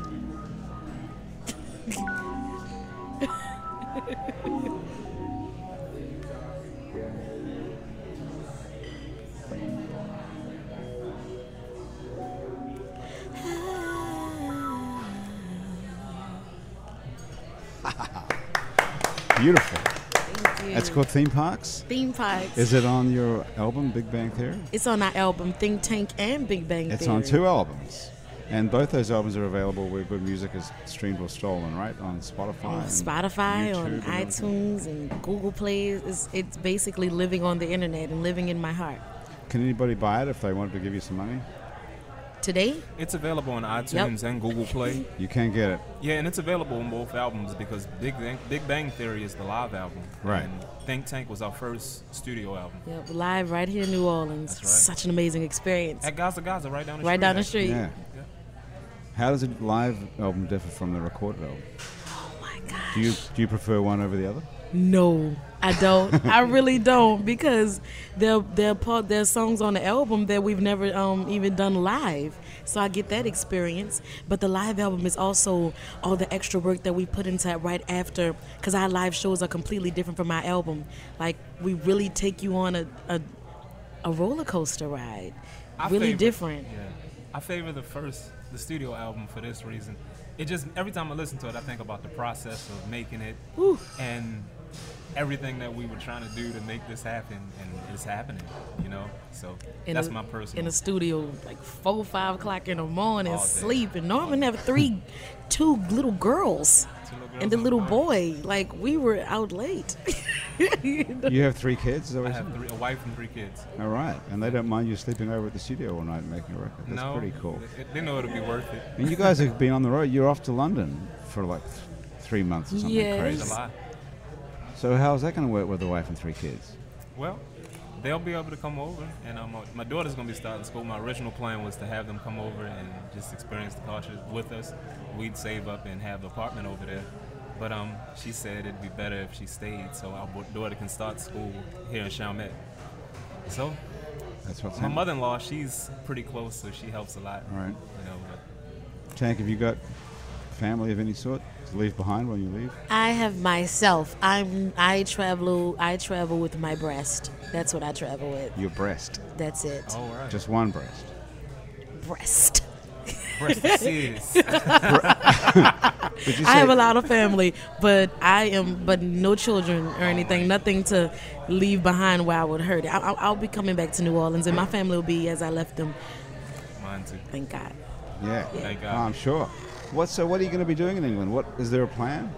[SPEAKER 1] beautiful.
[SPEAKER 5] Thank you.
[SPEAKER 1] That's called Theme Parks.
[SPEAKER 5] Theme parks.
[SPEAKER 1] Is it on your album, Big Bang Theory?
[SPEAKER 5] It's on our album Think Tank and Big Bang
[SPEAKER 1] It's
[SPEAKER 5] Theory.
[SPEAKER 1] on two albums. And both those albums are available where good music is streamed or stolen, right? On Spotify.
[SPEAKER 5] On
[SPEAKER 1] and
[SPEAKER 5] Spotify,
[SPEAKER 1] YouTube
[SPEAKER 5] on
[SPEAKER 1] and everything.
[SPEAKER 5] iTunes, and Google Play. It's, it's basically living on the internet and living in my heart.
[SPEAKER 1] Can anybody buy it if they wanted to give you some money?
[SPEAKER 5] Today,
[SPEAKER 6] It's available on iTunes and Google Play.
[SPEAKER 1] You can get it.
[SPEAKER 6] Yeah, and it's available on both albums because Big Bang, Big Bang Theory is the live album.
[SPEAKER 1] Right.
[SPEAKER 6] And Think Tank was our first studio album.
[SPEAKER 5] yep, live right here in New Orleans.
[SPEAKER 6] That's right.
[SPEAKER 5] Such an amazing experience.
[SPEAKER 6] At Gaza Gaza, right down the
[SPEAKER 5] Right
[SPEAKER 6] street.
[SPEAKER 5] down the
[SPEAKER 6] actually.
[SPEAKER 5] street.
[SPEAKER 1] Yeah. How does a live album differ from the recorded album?
[SPEAKER 5] Oh my God.
[SPEAKER 1] Do you do you prefer one over the other?
[SPEAKER 5] No, I don't. I really don't because there there are part there are songs on the album that we've never um, even done live. So I get that experience. But the live album is also all the extra work that we put into it right after because our live shows are completely different from our album. Like we really take you on a a, a roller coaster ride.
[SPEAKER 6] I
[SPEAKER 5] really
[SPEAKER 6] favor-
[SPEAKER 5] different.
[SPEAKER 6] Yeah. I favor the first, the studio album for this reason. It just, every time I listen to it, I think about the process of making it
[SPEAKER 5] Whew.
[SPEAKER 6] and everything that we were trying to do to make this happen, and it's happening, you know? So
[SPEAKER 5] in
[SPEAKER 6] that's
[SPEAKER 5] a-
[SPEAKER 6] my personal.
[SPEAKER 5] in a studio like four five o'clock in the morning
[SPEAKER 6] All day.
[SPEAKER 5] sleep and norman have three two little girls
[SPEAKER 6] Two little
[SPEAKER 5] and
[SPEAKER 6] girls
[SPEAKER 5] the
[SPEAKER 6] and a
[SPEAKER 5] little boy
[SPEAKER 6] boy.
[SPEAKER 5] like we were out late
[SPEAKER 1] You have three kids, is that what
[SPEAKER 6] I
[SPEAKER 1] you
[SPEAKER 6] have
[SPEAKER 1] said?
[SPEAKER 6] three, a wife and three kids.
[SPEAKER 1] All right, and they don't mind you sleeping over at the studio all night making a record. That's
[SPEAKER 6] no,
[SPEAKER 1] pretty cool.
[SPEAKER 6] They, they know it'll be worth it.
[SPEAKER 1] And you guys have been on the road. You're off to London for like th- three months or something
[SPEAKER 5] Yes.
[SPEAKER 6] It's a
[SPEAKER 1] crazy.
[SPEAKER 6] lot.
[SPEAKER 1] So how's that going to work with a wife and three kids?
[SPEAKER 6] Well, they'll be able to come over, and um, my daughter's gonna be starting school. My original plan was to have them come over and just experience the culture with us. We'd save up and have an apartment over there, but um, she said it'd be better if she stayed, so our bo- daughter can start school here in Chalmette. So
[SPEAKER 1] That's what's
[SPEAKER 6] my
[SPEAKER 1] happening.
[SPEAKER 6] mother-in-law, she's pretty close, so she helps a lot.
[SPEAKER 1] All right.
[SPEAKER 6] You know, but
[SPEAKER 1] Tank, have you got family of any sort to leave behind when you leave?
[SPEAKER 5] I have myself. I'm I travel I travel with my breast. That's what I travel with.
[SPEAKER 1] Your breast.
[SPEAKER 5] That's it.
[SPEAKER 6] all right.
[SPEAKER 1] Just one breast.
[SPEAKER 5] Breast.
[SPEAKER 6] breast is.
[SPEAKER 1] Did you
[SPEAKER 5] I
[SPEAKER 1] say-
[SPEAKER 5] have a lot of family, but I am but no children or anything. Nothing to leave behind where I would hurt. I, I'll, I'll be coming back to New Orleans, and my family will be as I left them.
[SPEAKER 6] Mine too.
[SPEAKER 5] Thank God.
[SPEAKER 1] Yeah.
[SPEAKER 6] Thank
[SPEAKER 1] Oh,
[SPEAKER 6] God.
[SPEAKER 1] I'm sure. What, so what are you going to be doing in England? What is there a plan?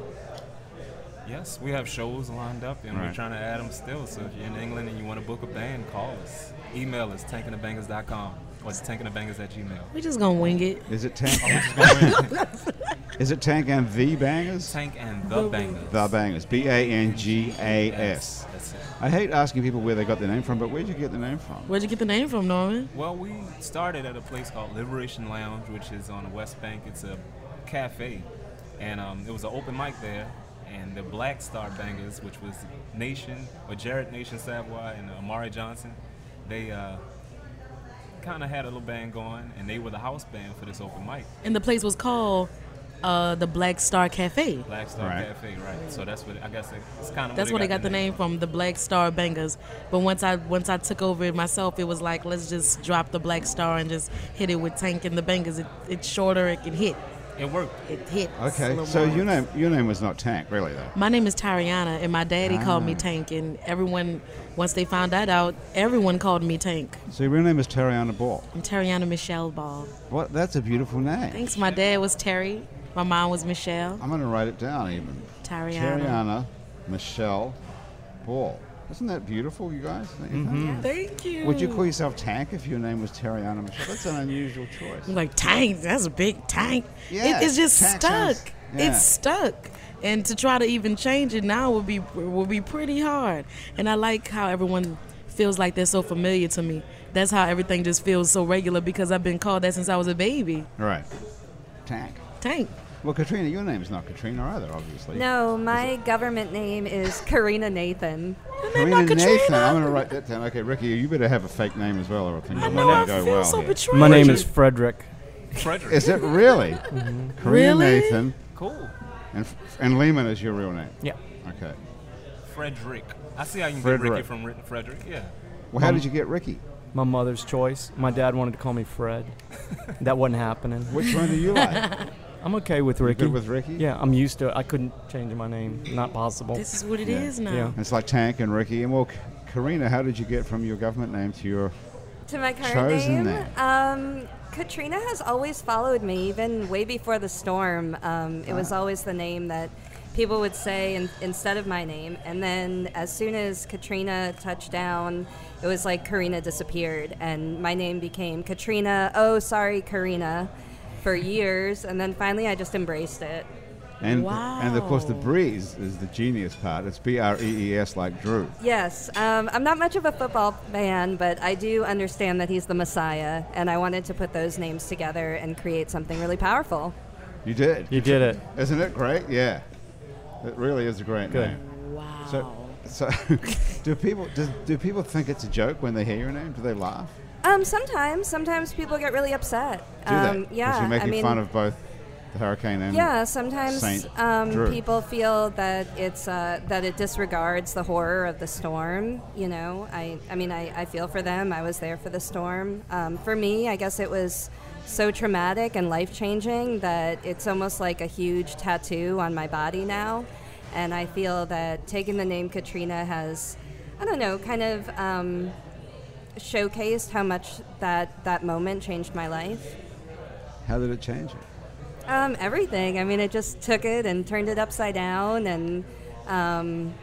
[SPEAKER 6] Yes, we have shows lined up, and
[SPEAKER 1] Right.
[SPEAKER 6] we're trying to add them still. So if you're in England and you want to book a band, call us. Email us, tankinthebangers.com or it's tankinthebangers at gmail.
[SPEAKER 5] We're just gonna wing it.
[SPEAKER 1] Is it Tank?
[SPEAKER 6] Just go in.
[SPEAKER 1] is it Tank and the Bangers?
[SPEAKER 6] Tank and the Bangers.
[SPEAKER 1] The Bangers. B A N G A S.
[SPEAKER 6] Yes, That's it.
[SPEAKER 1] I hate asking people where they got their name from, but where'd you get the name from?
[SPEAKER 5] Where'd you get the name from, Norman?
[SPEAKER 6] Well, we started at a place called Liberation Lounge, which is on the West Bank. It's a cafe, and um, it was an open mic there. And the Black Star Bangers, which was Nation or Jared Nation Savoy and Amari Johnson, they uh, kind of had a little band going, and they were the house band for this open mic,
[SPEAKER 5] And the place was called uh, the Black Star Cafe.
[SPEAKER 6] Black Star
[SPEAKER 1] Right.
[SPEAKER 6] Cafe, right? So that's what I guess it's kind of
[SPEAKER 5] That's where they got the name from, the Black Star Bangers. But once I once I took over it myself, it was like let's just drop the Black Star and just hit it with Tank and the Bangers. It, it's shorter, it can hit,
[SPEAKER 6] It worked.
[SPEAKER 5] it hits. a
[SPEAKER 1] Okay.
[SPEAKER 5] little
[SPEAKER 1] So
[SPEAKER 5] more.
[SPEAKER 1] your name, your name was not Tank, really, though.
[SPEAKER 5] My name is Tariana, and my daddy called me
[SPEAKER 1] Ah.
[SPEAKER 5] Tank, and everyone once they found that out, everyone called me Tank.
[SPEAKER 1] So your real name is Tariana Ball.
[SPEAKER 5] I'm Tariana Michelle Ball.
[SPEAKER 1] What? That's a beautiful name.
[SPEAKER 5] Thanks. My dad was Terry. My mom was Michelle.
[SPEAKER 1] I'm going to write it down even.
[SPEAKER 5] Tariana.
[SPEAKER 1] Tariana Michelle Ball. Isn't that beautiful, you guys? Don't you think?
[SPEAKER 5] Mm-hmm. Thank you.
[SPEAKER 1] Would you call yourself Tank if your name was Tariana Michelle? That's an unusual choice.
[SPEAKER 5] I'm like tank that's a big tank
[SPEAKER 1] Yeah,
[SPEAKER 5] it, it's just
[SPEAKER 1] tank
[SPEAKER 5] stuck
[SPEAKER 1] sounds- yeah.
[SPEAKER 5] it's stuck and to try to even change it now would be would be pretty hard and i like how everyone feels like they're so familiar to me that's how everything just feels so regular because i've been called that since i was a baby
[SPEAKER 1] Right. Tank.
[SPEAKER 5] tank
[SPEAKER 1] Well, Katrina, your name's not Katrina either, obviously.
[SPEAKER 4] No, my government name is Karina Nathan.
[SPEAKER 1] Karina
[SPEAKER 5] not Katrina.
[SPEAKER 1] Nathan. I'm going to write that down. Okay, Ricky, you better have a fake name as well, or I think
[SPEAKER 5] i
[SPEAKER 1] it
[SPEAKER 5] know i
[SPEAKER 1] won't go
[SPEAKER 5] feel
[SPEAKER 1] well.
[SPEAKER 5] so
[SPEAKER 1] here.
[SPEAKER 5] betrayed
[SPEAKER 3] My name is Frederick.
[SPEAKER 6] Frederick,
[SPEAKER 1] Is it really?
[SPEAKER 5] Mm-hmm.
[SPEAKER 1] Karina
[SPEAKER 5] Really?
[SPEAKER 1] Nathan
[SPEAKER 6] cool.
[SPEAKER 1] and and Lehman is your real name.
[SPEAKER 3] Yeah.
[SPEAKER 1] Okay.
[SPEAKER 6] Frederick. I see how you can get Ricky
[SPEAKER 1] Frederick.
[SPEAKER 6] from Ri- Frederick. Yeah.
[SPEAKER 1] Well, how did you get Ricky?
[SPEAKER 3] My mother's choice. My dad wanted to call me Fred. that wasn't happening.
[SPEAKER 1] Which one do you like?
[SPEAKER 3] I'm okay with Ricky.
[SPEAKER 1] Good with Ricky?
[SPEAKER 3] yeah, I'm used to it. I couldn't change my name. Not possible.
[SPEAKER 5] this is what it is
[SPEAKER 1] Yeah.
[SPEAKER 5] now
[SPEAKER 3] Yeah.
[SPEAKER 1] It's like Tank and Ricky. And well, K- Karina, how did you get from your government name to your?
[SPEAKER 4] To my current
[SPEAKER 1] Chosen
[SPEAKER 4] name, um, Katrina has always followed me, even way before the storm. Um, it was always the name that people would say in, instead of my name. And then as soon as Katrina touched down, it was like Karina disappeared, and my name became Katrina. Oh, sorry, Karina, for years. And then finally, I just embraced it.
[SPEAKER 1] And and of course, the
[SPEAKER 5] Wow.
[SPEAKER 1] breeze is the genius part. It's B R E E S, like Drew.
[SPEAKER 4] Yes, um, I'm not much of a football fan, but I do understand that he's the Messiah, and I wanted to put those names together and create something really powerful.
[SPEAKER 1] You did.
[SPEAKER 3] You did it.
[SPEAKER 1] Isn't it great? Yeah. It really is a great
[SPEAKER 3] Good.
[SPEAKER 1] name.
[SPEAKER 5] wow
[SPEAKER 1] So, so do people do, do people think it's a joke when they hear your name? Do they laugh?
[SPEAKER 4] Um, sometimes, sometimes people get really upset.
[SPEAKER 1] Do
[SPEAKER 4] um,
[SPEAKER 1] they?
[SPEAKER 4] Yeah,
[SPEAKER 1] Because you're making
[SPEAKER 4] I mean,
[SPEAKER 1] fun of both the hurricane and
[SPEAKER 4] yeah. Sometimes
[SPEAKER 1] Saint
[SPEAKER 4] um,
[SPEAKER 1] Drew.
[SPEAKER 4] people feel that it's uh, that it disregards the horror of the storm. You know, I, I mean, I, I feel for them. I was there for the storm. Um, for me, I guess it was so traumatic and life changing that it's almost like a huge tattoo on my body now, and I feel that taking the name Katrina has, I don't know, kind of. Um, showcased how much that that moment changed my life
[SPEAKER 1] How did it change it?
[SPEAKER 4] Um, everything. I mean, it just took it and turned it upside down, and um,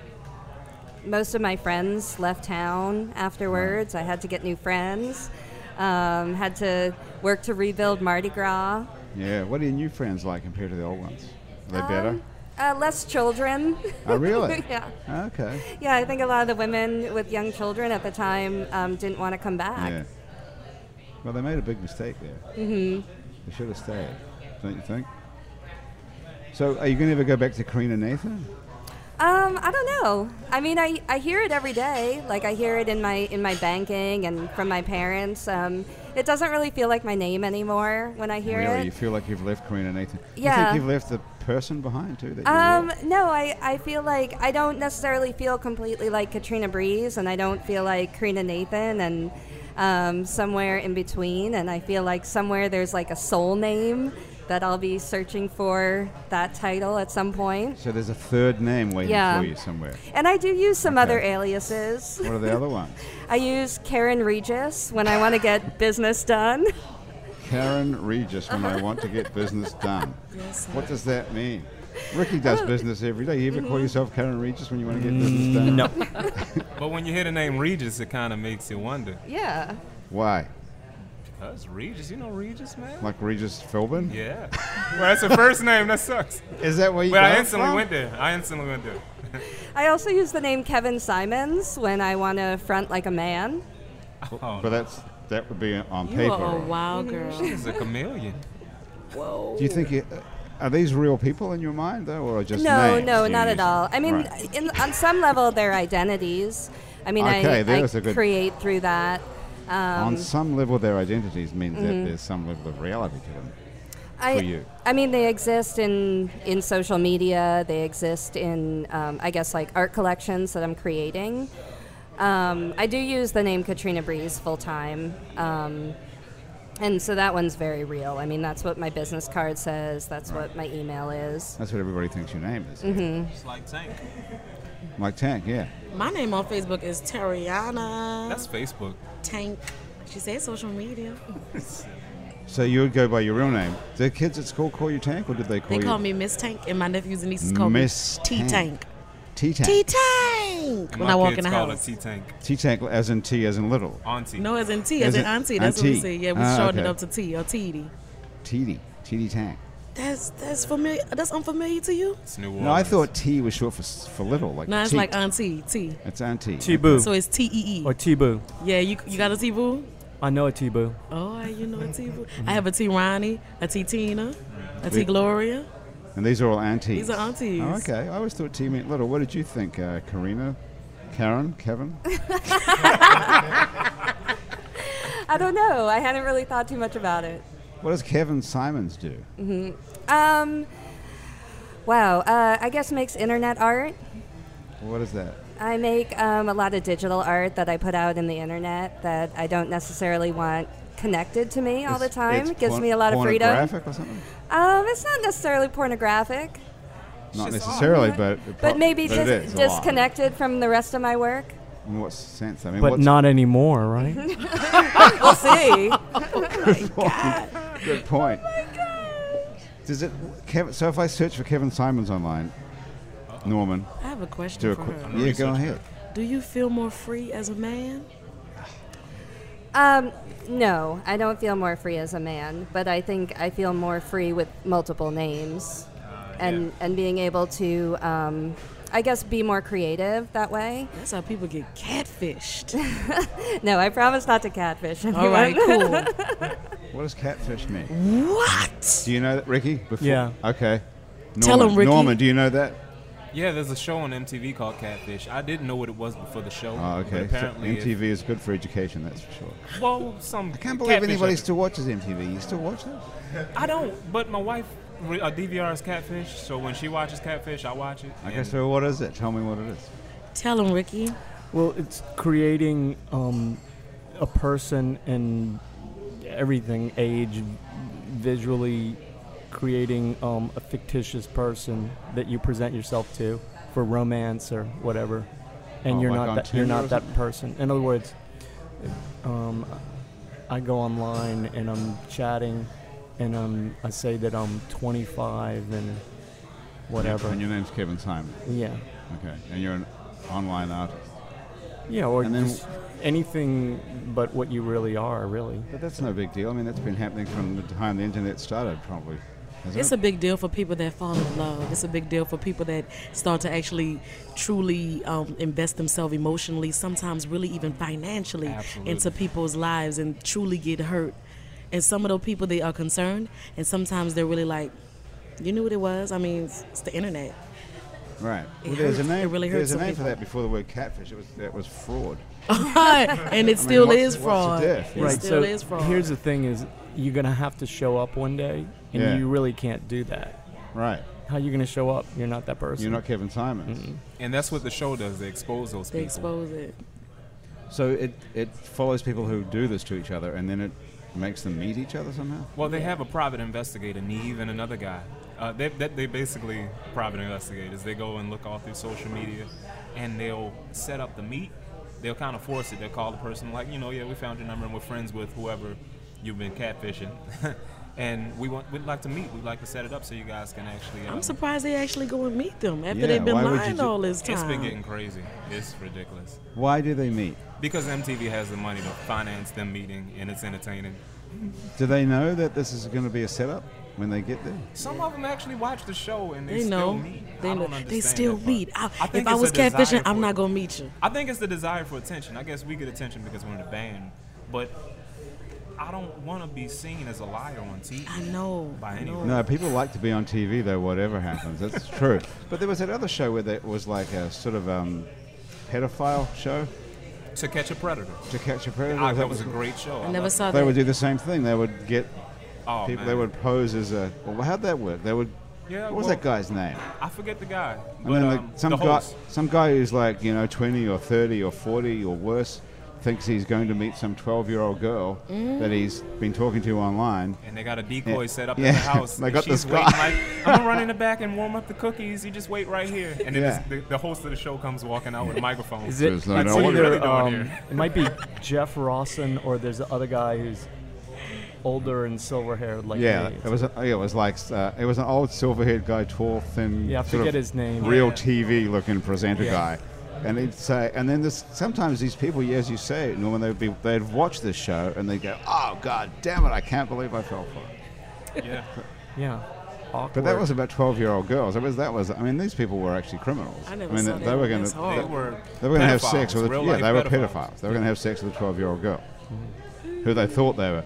[SPEAKER 4] most of my friends left town afterwards. I had to get new friends. Um, had to work to rebuild Mardi Gras.
[SPEAKER 1] Yeah. What are your new friends like compared to the old ones? Are they
[SPEAKER 4] Um,
[SPEAKER 1] better?
[SPEAKER 4] Uh, less children.
[SPEAKER 1] Oh, really?
[SPEAKER 4] yeah.
[SPEAKER 1] Okay.
[SPEAKER 4] Yeah, I think a lot of the women with young children at the time um, didn't want to come back.
[SPEAKER 1] Yeah. Well, they made a big mistake there. Mm-hmm. They should have stayed, don't you think? So, are you going to ever go back to Karina Nathan?
[SPEAKER 4] Um, I don't know. I mean, I, I hear it every day. Like I hear it in my in my banking and from my parents. Um, it doesn't really feel like my name anymore when I hear
[SPEAKER 1] Really,
[SPEAKER 4] it.
[SPEAKER 1] you feel like you've left Karina Nathan? You
[SPEAKER 4] Yeah.
[SPEAKER 1] think you've left the person behind too? That you
[SPEAKER 4] Um,
[SPEAKER 1] were?
[SPEAKER 4] no, I, I feel like I don't necessarily feel completely like Katrina Breeze, and I don't feel like Karina Nathan, and um, somewhere in between. And I feel like somewhere there's like a soul name that I'll be searching for that title at some point.
[SPEAKER 1] So there's a third name waiting
[SPEAKER 4] Yeah.
[SPEAKER 1] for you somewhere.
[SPEAKER 4] And I do use some
[SPEAKER 1] Okay.
[SPEAKER 4] other aliases.
[SPEAKER 1] What are the other ones?
[SPEAKER 4] I use Karen Regis when I want to get business done.
[SPEAKER 1] Karen Regis when I want to get business done.
[SPEAKER 5] Yes,
[SPEAKER 1] What does that mean? Ricky does business every day. You ever
[SPEAKER 4] Mm-hmm.
[SPEAKER 1] call yourself Karen Regis when you want to get business done?
[SPEAKER 3] No.
[SPEAKER 6] But when you hear the name Regis, it kind of makes you wonder.
[SPEAKER 4] Yeah.
[SPEAKER 1] Why?
[SPEAKER 6] Because Regis, you know Regis, man.
[SPEAKER 1] Like Regis Philbin?
[SPEAKER 6] yeah. well, that's her first name. That sucks.
[SPEAKER 1] Is that where you
[SPEAKER 6] But
[SPEAKER 1] got
[SPEAKER 6] I
[SPEAKER 1] it
[SPEAKER 6] instantly
[SPEAKER 1] from?
[SPEAKER 6] went there. I instantly went there.
[SPEAKER 4] I also use the name Kevin Simons when I want to front like a man.
[SPEAKER 6] Oh,
[SPEAKER 1] But that's that would be on
[SPEAKER 5] You
[SPEAKER 1] paper.
[SPEAKER 5] are a
[SPEAKER 1] right?
[SPEAKER 5] wild girl.
[SPEAKER 6] she's a chameleon.
[SPEAKER 5] Whoa.
[SPEAKER 1] Do you think you, are these real people in your mind though, or just
[SPEAKER 4] no,
[SPEAKER 1] names
[SPEAKER 4] no,
[SPEAKER 1] you
[SPEAKER 4] not at
[SPEAKER 1] use?
[SPEAKER 4] all. I mean,
[SPEAKER 1] Right.
[SPEAKER 4] in, on some level, they're identities. I mean,
[SPEAKER 1] Okay,
[SPEAKER 4] I,
[SPEAKER 1] there's
[SPEAKER 4] I
[SPEAKER 1] a good-
[SPEAKER 4] create through that.
[SPEAKER 1] on
[SPEAKER 4] Um, Mm-hmm.
[SPEAKER 1] some level, their identities means that there's some level of reality to them.
[SPEAKER 4] I,
[SPEAKER 1] for you?
[SPEAKER 4] I mean, they exist in in social media. They exist in, um, I guess, like art collections that I'm creating. Um, I do use the name Katrina Breeze full time, um, and so that one's very real. I mean, that's what my business card says. That's what my email is.
[SPEAKER 1] That's what everybody thinks your name is.
[SPEAKER 4] Mm-hmm.
[SPEAKER 6] She's like Tank.
[SPEAKER 1] Like Tank, yeah.
[SPEAKER 5] My name on Facebook is Tariana
[SPEAKER 6] That's Facebook.
[SPEAKER 5] Tank. She said social media.
[SPEAKER 1] So you would go by your real name. Did kids at school call you Tank, or did they call
[SPEAKER 5] They
[SPEAKER 1] you
[SPEAKER 5] call me Miss Tank, and my nephews and nieces call
[SPEAKER 1] Miss
[SPEAKER 5] me T
[SPEAKER 1] Tank.
[SPEAKER 5] Tank.
[SPEAKER 1] T
[SPEAKER 5] T
[SPEAKER 1] Tank?
[SPEAKER 5] Tank.
[SPEAKER 6] And
[SPEAKER 5] When
[SPEAKER 6] my
[SPEAKER 5] I walk
[SPEAKER 6] kids
[SPEAKER 5] in the
[SPEAKER 6] call
[SPEAKER 5] house.
[SPEAKER 6] her T Tank.
[SPEAKER 1] T Tank, as in T, as in little.
[SPEAKER 6] Auntie.
[SPEAKER 5] No, as in T, as,
[SPEAKER 1] As
[SPEAKER 5] in
[SPEAKER 1] in
[SPEAKER 5] auntie. That's what we
[SPEAKER 1] auntie.
[SPEAKER 5] say. Yeah, we
[SPEAKER 1] Ah,
[SPEAKER 5] shortened
[SPEAKER 1] okay.
[SPEAKER 5] it up to T or TD.
[SPEAKER 1] TD, TD Tank.
[SPEAKER 5] That's that's familiar. That's unfamiliar to you?
[SPEAKER 6] It's New Orleans.
[SPEAKER 1] No, I thought T was short for s- for little, like
[SPEAKER 5] No, it's
[SPEAKER 1] teat.
[SPEAKER 5] like
[SPEAKER 4] uh,
[SPEAKER 5] auntie T.
[SPEAKER 1] It's auntie.
[SPEAKER 3] Chibu.
[SPEAKER 5] So it's T E
[SPEAKER 3] or
[SPEAKER 5] E.
[SPEAKER 3] Chibu.
[SPEAKER 5] Yeah, you you got a T boo?
[SPEAKER 3] I know a Chibu.
[SPEAKER 5] Oh, you know a T boo. I have a T Ronnie, a T Tina, a T Gloria.
[SPEAKER 1] And these are all aunties.
[SPEAKER 5] These are aunties.
[SPEAKER 1] Oh, okay. I always thought T meant little. What did you think, uh, Karina, Karen, Kevin?
[SPEAKER 4] I don't know. I hadn't really thought too much about it.
[SPEAKER 1] what does Kevin Simons do?
[SPEAKER 4] Um, wow. Uh, I guess makes internet art.
[SPEAKER 1] What is that?
[SPEAKER 4] I make um, a lot of digital art that I put out in the internet that I don't necessarily want connected to me all the
[SPEAKER 1] It's-
[SPEAKER 4] time.
[SPEAKER 1] it's
[SPEAKER 4] Gives
[SPEAKER 1] porn-
[SPEAKER 4] me a lot of freedom.
[SPEAKER 1] Pornographic or something?
[SPEAKER 4] Um, it's not necessarily pornographic,
[SPEAKER 1] Not
[SPEAKER 6] It's just
[SPEAKER 1] necessarily, but it
[SPEAKER 4] but
[SPEAKER 1] prob-
[SPEAKER 4] maybe
[SPEAKER 1] but it
[SPEAKER 4] dis-
[SPEAKER 1] is a lot.
[SPEAKER 4] disconnected from the rest of my work.
[SPEAKER 1] In what sense? I mean,
[SPEAKER 3] But
[SPEAKER 1] what's
[SPEAKER 3] not anymore, right?
[SPEAKER 4] We'll see.
[SPEAKER 1] Good point.
[SPEAKER 5] Oh
[SPEAKER 1] Does it, Kevin, so if I search for Kevin Simons online, Norman,
[SPEAKER 5] I have a question
[SPEAKER 1] do a
[SPEAKER 5] for
[SPEAKER 1] quick.
[SPEAKER 5] her.
[SPEAKER 1] Yeah, go ahead.
[SPEAKER 5] Do you feel more free as a man?
[SPEAKER 4] um, no, I don't feel more free as a man, but I think I feel more free with multiple names,
[SPEAKER 1] Uh,
[SPEAKER 4] and and being able to, um, I guess, be more creative that way.
[SPEAKER 5] That's how people get catfished.
[SPEAKER 4] No, I promise not to catfish.
[SPEAKER 5] All right,
[SPEAKER 4] anyone.
[SPEAKER 5] cool.
[SPEAKER 1] What does catfish
[SPEAKER 5] Mm.
[SPEAKER 1] mean?
[SPEAKER 5] What?
[SPEAKER 1] Do you know that, Ricky? Before-
[SPEAKER 3] Yeah.
[SPEAKER 1] Okay. Norman,
[SPEAKER 5] Tell him, Ricky.
[SPEAKER 1] Norman, do you know that?
[SPEAKER 6] Yeah, there's a show on MTV called Catfish. I didn't know what it was before the show.
[SPEAKER 1] Oh,
[SPEAKER 6] But
[SPEAKER 1] okay. So
[SPEAKER 6] apparently, it-
[SPEAKER 1] MTV is good for education, that's for sure.
[SPEAKER 6] well, some.
[SPEAKER 1] I can't believe
[SPEAKER 6] catfish
[SPEAKER 1] anybody
[SPEAKER 6] out
[SPEAKER 1] still watches MTV. You still watch that?
[SPEAKER 6] there. I don't. But my wife re- uh, DVRs Catfish, so when she watches Catfish, I watch it.
[SPEAKER 1] Okay,
[SPEAKER 6] and
[SPEAKER 1] so what is it? Tell me what it is.
[SPEAKER 5] Tell him, Ricky.
[SPEAKER 3] well, it's creating um, a person and everything, age, visually creating um, a fictitious person that you present yourself to for romance or whatever, and
[SPEAKER 1] Oh,
[SPEAKER 3] you're
[SPEAKER 1] like on
[SPEAKER 3] not that, you're
[SPEAKER 1] Tinder or
[SPEAKER 3] not that
[SPEAKER 1] something?
[SPEAKER 3] person. In other words, um, I go online and I'm chatting, and um, I say that I'm 25 and whatever.
[SPEAKER 1] And your name's Kevin Simon.
[SPEAKER 3] yeah.
[SPEAKER 1] Okay. And you're an online artist.
[SPEAKER 3] Yeah, or
[SPEAKER 1] And then-
[SPEAKER 3] just anything but what you really are, really.
[SPEAKER 1] But that's no big deal. I mean, that's been happening from the time the internet started, probably. Is
[SPEAKER 5] It's
[SPEAKER 1] it?
[SPEAKER 5] a big deal for people that fall in love. It's a big deal for people that start to actually truly um, invest themselves emotionally, sometimes really even financially into
[SPEAKER 6] Absolutely.
[SPEAKER 5] people's lives and truly get hurt. And some of those people, they are concerned, and sometimes they're really like, you knew what it was? I mean, it's, it's the internet.
[SPEAKER 1] right.
[SPEAKER 5] It
[SPEAKER 1] Well, there's a
[SPEAKER 5] hurts.
[SPEAKER 1] name.
[SPEAKER 5] It really
[SPEAKER 1] there's
[SPEAKER 5] hurts
[SPEAKER 1] a
[SPEAKER 5] some
[SPEAKER 1] name for
[SPEAKER 5] people.
[SPEAKER 1] that before the word catfish. It was that was fraud.
[SPEAKER 5] and it still
[SPEAKER 1] what's-
[SPEAKER 5] is
[SPEAKER 1] what's the
[SPEAKER 5] fraud.
[SPEAKER 1] diff?
[SPEAKER 5] It
[SPEAKER 1] Right,
[SPEAKER 5] still
[SPEAKER 3] so
[SPEAKER 5] is fraud.
[SPEAKER 3] here's the thing: is you're gonna have to show up one day, and
[SPEAKER 1] Yeah.
[SPEAKER 3] you really can't do that.
[SPEAKER 1] Right.
[SPEAKER 3] How you gonna show up? You're not that person.
[SPEAKER 1] You're not Kevin Simons.
[SPEAKER 5] Mm-hmm.
[SPEAKER 6] And that's what the show does. They expose those
[SPEAKER 5] they
[SPEAKER 6] people.
[SPEAKER 5] expose it.
[SPEAKER 1] So it it follows people who do this to each other, and then it makes them meet each other somehow.
[SPEAKER 6] Well, they have a private investigator, Neve, and another guy. Uh, they, they, they basically private investigators. They go and look all through social media, and they'll set up the meet. They'll kind of force it. They'll call the person like, you know, yeah, we found your number, and we're friends with whoever you've been catfishing, and we want we'd like to meet. We'd like to set it up so you guys can actually. uh,
[SPEAKER 5] I'm surprised they actually go and meet them after
[SPEAKER 1] Yeah,
[SPEAKER 5] they've been
[SPEAKER 1] why would you
[SPEAKER 5] lying
[SPEAKER 1] do-
[SPEAKER 5] all this time.
[SPEAKER 6] It's been getting crazy. It's ridiculous
[SPEAKER 1] Why do they meet?
[SPEAKER 6] because MTV has the money to finance them meeting, and it's entertaining.
[SPEAKER 1] Do they know that this is going to be a setup when they get there?
[SPEAKER 6] Some of them actually watch the show and they,
[SPEAKER 5] They know.
[SPEAKER 6] still meet. I
[SPEAKER 5] They
[SPEAKER 6] don't
[SPEAKER 5] know. They
[SPEAKER 6] understand
[SPEAKER 5] still
[SPEAKER 6] that part.
[SPEAKER 5] meet. I,
[SPEAKER 6] think
[SPEAKER 5] if I
[SPEAKER 6] it's
[SPEAKER 5] was
[SPEAKER 6] a desire
[SPEAKER 5] catfishing, I'm
[SPEAKER 6] for
[SPEAKER 5] not
[SPEAKER 6] it.
[SPEAKER 5] gonna meet you.
[SPEAKER 6] I think it's the desire for attention. I guess we get attention because we're in a band, but I don't want to be seen as a liar on TV.
[SPEAKER 5] I know.
[SPEAKER 6] By
[SPEAKER 5] I
[SPEAKER 6] anyone.
[SPEAKER 1] No, people like to be on TV though, whatever happens. That's true. But there was that other show where it was like a sort of um, pedophile show
[SPEAKER 6] To catch a predator.
[SPEAKER 1] to catch a predator.
[SPEAKER 6] Ah,
[SPEAKER 1] Is
[SPEAKER 6] that was a
[SPEAKER 1] what-
[SPEAKER 6] great show.
[SPEAKER 5] I never saw
[SPEAKER 1] They
[SPEAKER 5] that.
[SPEAKER 1] would do the same thing. They would get
[SPEAKER 6] Oh,
[SPEAKER 1] people.
[SPEAKER 6] man.
[SPEAKER 1] They would pose as a. Well, how'd that work? They would.
[SPEAKER 6] Yeah,
[SPEAKER 1] what was
[SPEAKER 6] well-
[SPEAKER 1] that guy's name?
[SPEAKER 6] I forget the guy,
[SPEAKER 1] And
[SPEAKER 6] but
[SPEAKER 1] then
[SPEAKER 6] um,
[SPEAKER 1] like, some
[SPEAKER 6] the
[SPEAKER 1] guy,
[SPEAKER 6] host.
[SPEAKER 1] some guy who's like you know twenty or thirty or forty or worse, thinks he's going to meet some twelve-year-old girl that he's been talking to online.
[SPEAKER 6] And they got a decoy
[SPEAKER 1] Yeah.
[SPEAKER 6] set up
[SPEAKER 1] Yeah.
[SPEAKER 6] in the house.
[SPEAKER 1] They
[SPEAKER 6] and
[SPEAKER 1] got this
[SPEAKER 6] she's
[SPEAKER 1] guy.
[SPEAKER 6] waiting like, I'm gonna run in the back and warm up the cookies. You just wait right here. And then
[SPEAKER 1] Yeah.
[SPEAKER 6] this- the, the host of the show comes walking out with a microphone.
[SPEAKER 3] Is
[SPEAKER 1] So
[SPEAKER 3] it?
[SPEAKER 1] it's like,
[SPEAKER 3] it's
[SPEAKER 1] no, what
[SPEAKER 6] are you really
[SPEAKER 3] either,
[SPEAKER 6] doing
[SPEAKER 3] um,
[SPEAKER 6] here?
[SPEAKER 3] it might be Jeff Rawson or there's the other guy who's older and silver haired like
[SPEAKER 1] Yeah,
[SPEAKER 3] me.
[SPEAKER 1] it was. A, yeah, it was like uh, it was an old silver-haired guy, tall, thin.
[SPEAKER 3] Yeah, I
[SPEAKER 1] sort of
[SPEAKER 3] forget his name.
[SPEAKER 1] Real
[SPEAKER 6] Yeah.
[SPEAKER 1] TV-looking presenter
[SPEAKER 3] Yeah.
[SPEAKER 1] guy, and he'd say, and then this, sometimes these people, yeah, as you say, Norman, they'd be they'd watch this show and they'd go, oh god damn it, I can't believe I fell for it.
[SPEAKER 6] yeah.
[SPEAKER 3] yeah. Awkward.
[SPEAKER 1] But that was about twelve-year-old girls. It was that was. I mean, these people were actually criminals.
[SPEAKER 5] I never
[SPEAKER 1] mean,
[SPEAKER 5] saw
[SPEAKER 1] they,
[SPEAKER 5] that
[SPEAKER 1] they were
[SPEAKER 5] one.
[SPEAKER 1] going
[SPEAKER 5] That's
[SPEAKER 1] to.
[SPEAKER 5] hard.
[SPEAKER 6] They were.
[SPEAKER 1] They were going to have sex
[SPEAKER 6] pedophiles,
[SPEAKER 1] with a, yeah,
[SPEAKER 6] real-life
[SPEAKER 1] they were pedophiles. They were going to have sex with a 12-year-old girl who they thought they were.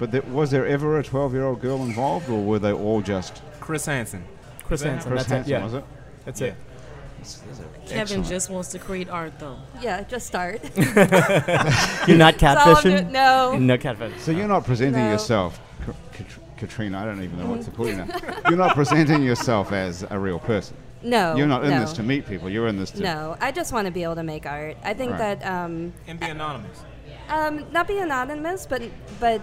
[SPEAKER 1] But th was there ever a 12-year-old girl involved or were they all just
[SPEAKER 6] Chris Hansen.
[SPEAKER 3] Chris Hansen.
[SPEAKER 1] Chris
[SPEAKER 3] that's
[SPEAKER 1] Hansen,
[SPEAKER 3] it. Yeah,
[SPEAKER 1] was it?
[SPEAKER 3] that's
[SPEAKER 6] Yeah.
[SPEAKER 3] it.
[SPEAKER 5] Kevin just wants to create art, though.
[SPEAKER 4] Yeah, just start.
[SPEAKER 3] You're not
[SPEAKER 4] That's all I'm
[SPEAKER 3] catfishing.
[SPEAKER 4] doing. No.
[SPEAKER 3] No catfish.
[SPEAKER 1] So you're not presenting
[SPEAKER 4] No.
[SPEAKER 1] yourself Ka- Kat- Katrina, I don't even know what to call you now. You're not presenting yourself as a real person.
[SPEAKER 4] No.
[SPEAKER 1] You're not in
[SPEAKER 4] no.
[SPEAKER 1] this to meet people. You're in this to
[SPEAKER 4] No, I just want to be able to make art. I think
[SPEAKER 1] Right.
[SPEAKER 4] that um,
[SPEAKER 6] And be anonymous.
[SPEAKER 4] um, not be anonymous, but but